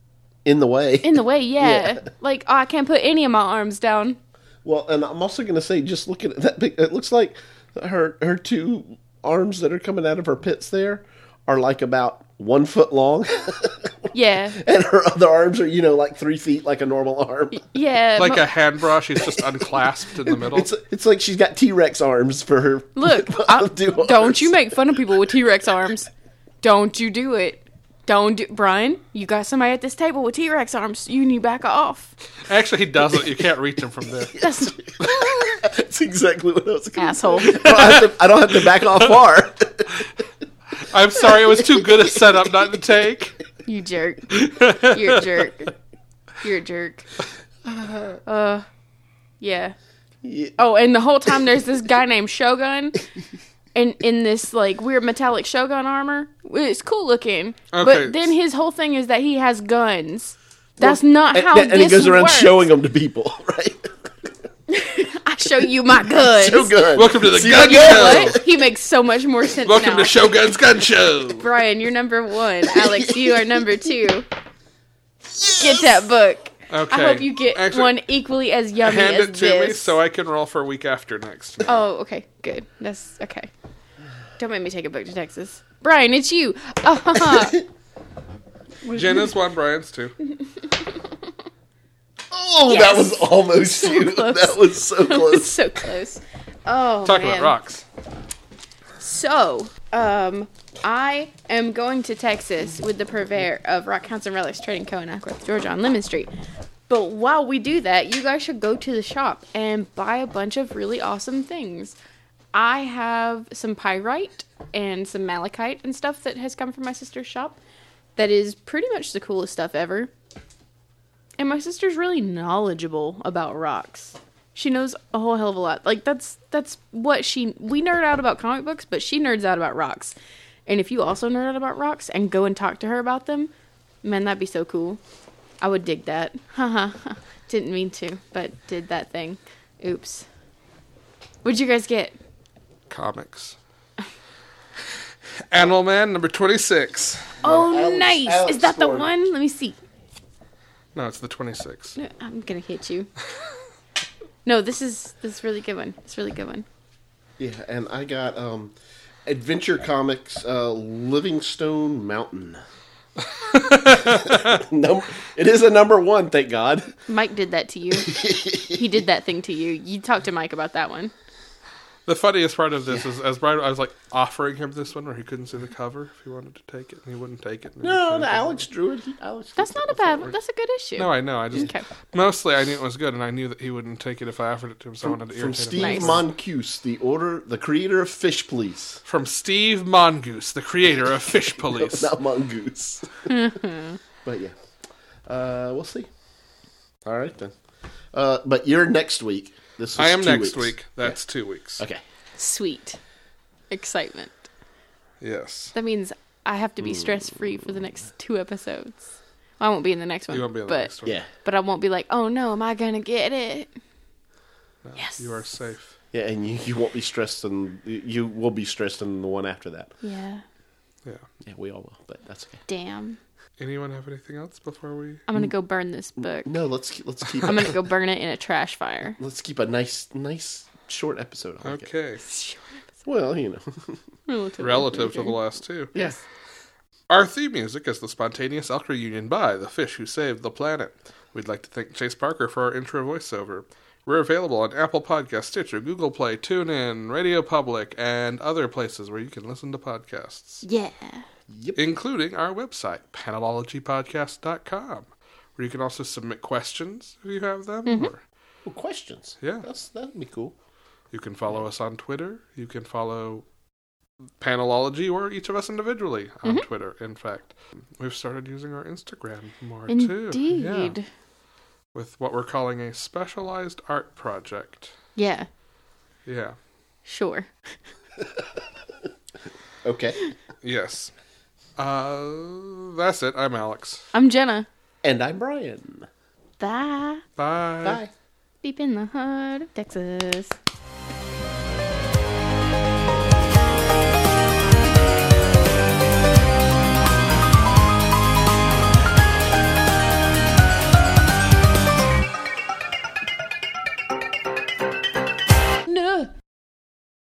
Speaker 3: In the way.
Speaker 2: in the way. Yeah, like oh, I can't put any of my arms down.
Speaker 3: well, and I'm also going to say, just look at that. pic- It looks like her her two arms that are coming out of her pits there are like about one foot long,
Speaker 2: Yeah,
Speaker 3: and her other arms are you know like three feet, like a normal arm.
Speaker 2: yeah.
Speaker 1: Like
Speaker 2: mo-
Speaker 1: a hand brush, he's just unclasped in the middle.
Speaker 3: It's it's like she's got T Rex arms for her.
Speaker 2: Look, I,
Speaker 3: I'll do
Speaker 2: don't
Speaker 3: ours.
Speaker 2: you make fun of people with T Rex arms. Don't you do it. Don't do Brian, you got somebody at this table with T Rex arms. You need to back off.
Speaker 1: Actually, he doesn't. You can't reach him from there.
Speaker 2: That's
Speaker 3: That's exactly what I was going to say.
Speaker 2: asshole.
Speaker 3: I don't have to- I don't have to back off far.
Speaker 1: I'm sorry, it was too good a setup not to take.
Speaker 2: You jerk. You're a jerk. You're a jerk. Uh yeah.
Speaker 3: Yeah.
Speaker 2: Oh, and the whole time there's this guy named Shogun and in this like weird metallic Shogun armor. It's cool looking.
Speaker 1: Okay.
Speaker 2: But then his whole thing is that he has guns. That's not
Speaker 3: and,
Speaker 2: how
Speaker 3: and
Speaker 2: this
Speaker 3: he goes around
Speaker 2: works.
Speaker 3: showing them to people, right?
Speaker 2: I show you my guns.
Speaker 3: Show guns.
Speaker 1: Welcome to the
Speaker 3: See
Speaker 1: gun
Speaker 3: you again.
Speaker 1: show.
Speaker 2: What? He makes so much more sense
Speaker 1: Welcome
Speaker 2: now.
Speaker 1: to Shogun's Gun Show.
Speaker 2: Brian, you're number one. Alex, you are number two. Get that book.
Speaker 1: Okay.
Speaker 2: I hope you get
Speaker 1: Actually,
Speaker 2: one equally as yummy
Speaker 1: Hand
Speaker 2: as
Speaker 1: it to
Speaker 2: this.
Speaker 1: me so I can roll for a week after next.
Speaker 2: oh, okay, good. That's okay. Don't make me take a book to Texas. Brian, it's you. Uh-huh.
Speaker 1: Jenna's one, Brian's two.
Speaker 3: Oh,
Speaker 2: Yes.
Speaker 3: that was almost you.
Speaker 2: close.
Speaker 3: That was so close.
Speaker 2: so close. Oh,
Speaker 1: Talk
Speaker 2: man.
Speaker 1: about rocks.
Speaker 2: So, um, I am going to Texas with the purveyor of Rock Counts and Relics Trading Co. in Ackworth, Georgia on Lemon Street. But while we do that, you guys should go to the shop and buy a bunch of really awesome things. I have some pyrite and some malachite and stuff that has come from my sister's shop that is pretty much the coolest stuff ever. And my sister's really knowledgeable about rocks. She knows a whole hell of a lot. Like that's that's what she we nerd out about comic books, but she nerds out about rocks. And if you also nerd out about rocks and go and talk to her about them, man, that'd be so cool. I would dig that. Haha. Didn't mean to, but did that thing. Oops. What'd you guys get?
Speaker 1: Comics. Animal Man number 26.
Speaker 2: Oh,
Speaker 3: Alex-
Speaker 2: nice.
Speaker 3: Alex
Speaker 2: Is that the
Speaker 3: scored.
Speaker 2: one? Let me see.
Speaker 1: No, it's the 26.
Speaker 2: No, I'm gonna hit you. no, this is this is a really good one. It's a really good one.
Speaker 3: Yeah, and I got um, Adventure Comics uh, Livingstone Mountain. Num- it is a number one, thank God.
Speaker 2: Mike did that to you. he did that thing to you. You talked to Mike about that one.
Speaker 1: The funniest part of this is, as Brian, I was like offering him this one where he couldn't see the cover if he wanted to take it, and he wouldn't take it. and he was
Speaker 3: No,
Speaker 1: trying
Speaker 3: no
Speaker 1: to-
Speaker 3: Alex drew it. He, Alex
Speaker 2: That's not a bad one. That's a good issue.
Speaker 1: No, I know. I just
Speaker 2: Okay.
Speaker 1: mostly I knew it was good, and I knew that he wouldn't take it if I offered it to him. So I wanted to
Speaker 3: from
Speaker 1: irritate him.
Speaker 3: Steve
Speaker 2: Nice.
Speaker 3: Moncuse, the order, the creator of Fish Police,
Speaker 1: From Steve Mongoose, the creator of Fish Police.
Speaker 3: not Mongoose. but yeah, uh, we'll see. All right then. Uh, but you're next week. This is
Speaker 1: I am
Speaker 3: two
Speaker 1: next
Speaker 3: weeks.
Speaker 1: week. That's two weeks.
Speaker 3: Okay.
Speaker 2: Sweet. Excitement.
Speaker 1: Yes.
Speaker 2: That means I have to be
Speaker 1: Hmm.
Speaker 2: stress free for the next two episodes. I won't be in the next one.
Speaker 1: You won't be on the
Speaker 2: but,
Speaker 1: next one.
Speaker 3: Yeah.
Speaker 2: But I won't be like, oh no, am I gonna get it?
Speaker 1: No,
Speaker 2: Yes.
Speaker 1: You are safe.
Speaker 3: Yeah, and you, you won't be stressed, and you will be stressed in the one after that.
Speaker 2: Yeah.
Speaker 1: Yeah.
Speaker 3: Yeah, we all will, but that's okay.
Speaker 2: Damn.
Speaker 1: Anyone have anything else before we?
Speaker 2: I'm gonna go burn this book.
Speaker 3: No, let's keep, let's keep
Speaker 2: I'm gonna go burn it in a trash fire.
Speaker 3: let's keep a nice nice short episode. I like it.
Speaker 1: Okay.
Speaker 3: Well, you know.
Speaker 2: Relative.
Speaker 1: Relative to the last two.
Speaker 3: yeah.
Speaker 1: Our theme music is the spontaneous elk reunion by The Fish Who Saved the Planet. We'd like to thank Chase Parker for our intro voiceover. We're available on Apple Podcast, Stitcher, Google Play, TuneIn, Radio Public, and other places where you can listen to podcasts,
Speaker 2: Yeah.
Speaker 1: including our website, panelologypodcast.com, where you can also submit questions if you have them. Or
Speaker 3: Well, questions.
Speaker 1: Yeah.
Speaker 3: That's that'd be cool.
Speaker 1: you can follow us on Twitter. You can follow Panelology or each of us individually on Twitter, in fact. We've started using our Instagram more, too. Yeah.
Speaker 2: Indeed.
Speaker 1: with what we're calling a specialized art project.
Speaker 2: yeah.
Speaker 1: Yeah.
Speaker 2: Sure.
Speaker 3: Okay.
Speaker 1: Yes. Uh, that's it. I'm Alex.
Speaker 2: I'm Jenna.
Speaker 3: And I'm Brian.
Speaker 2: Bye.
Speaker 1: Bye.
Speaker 3: Bye.
Speaker 2: Deep in the heart of Texas.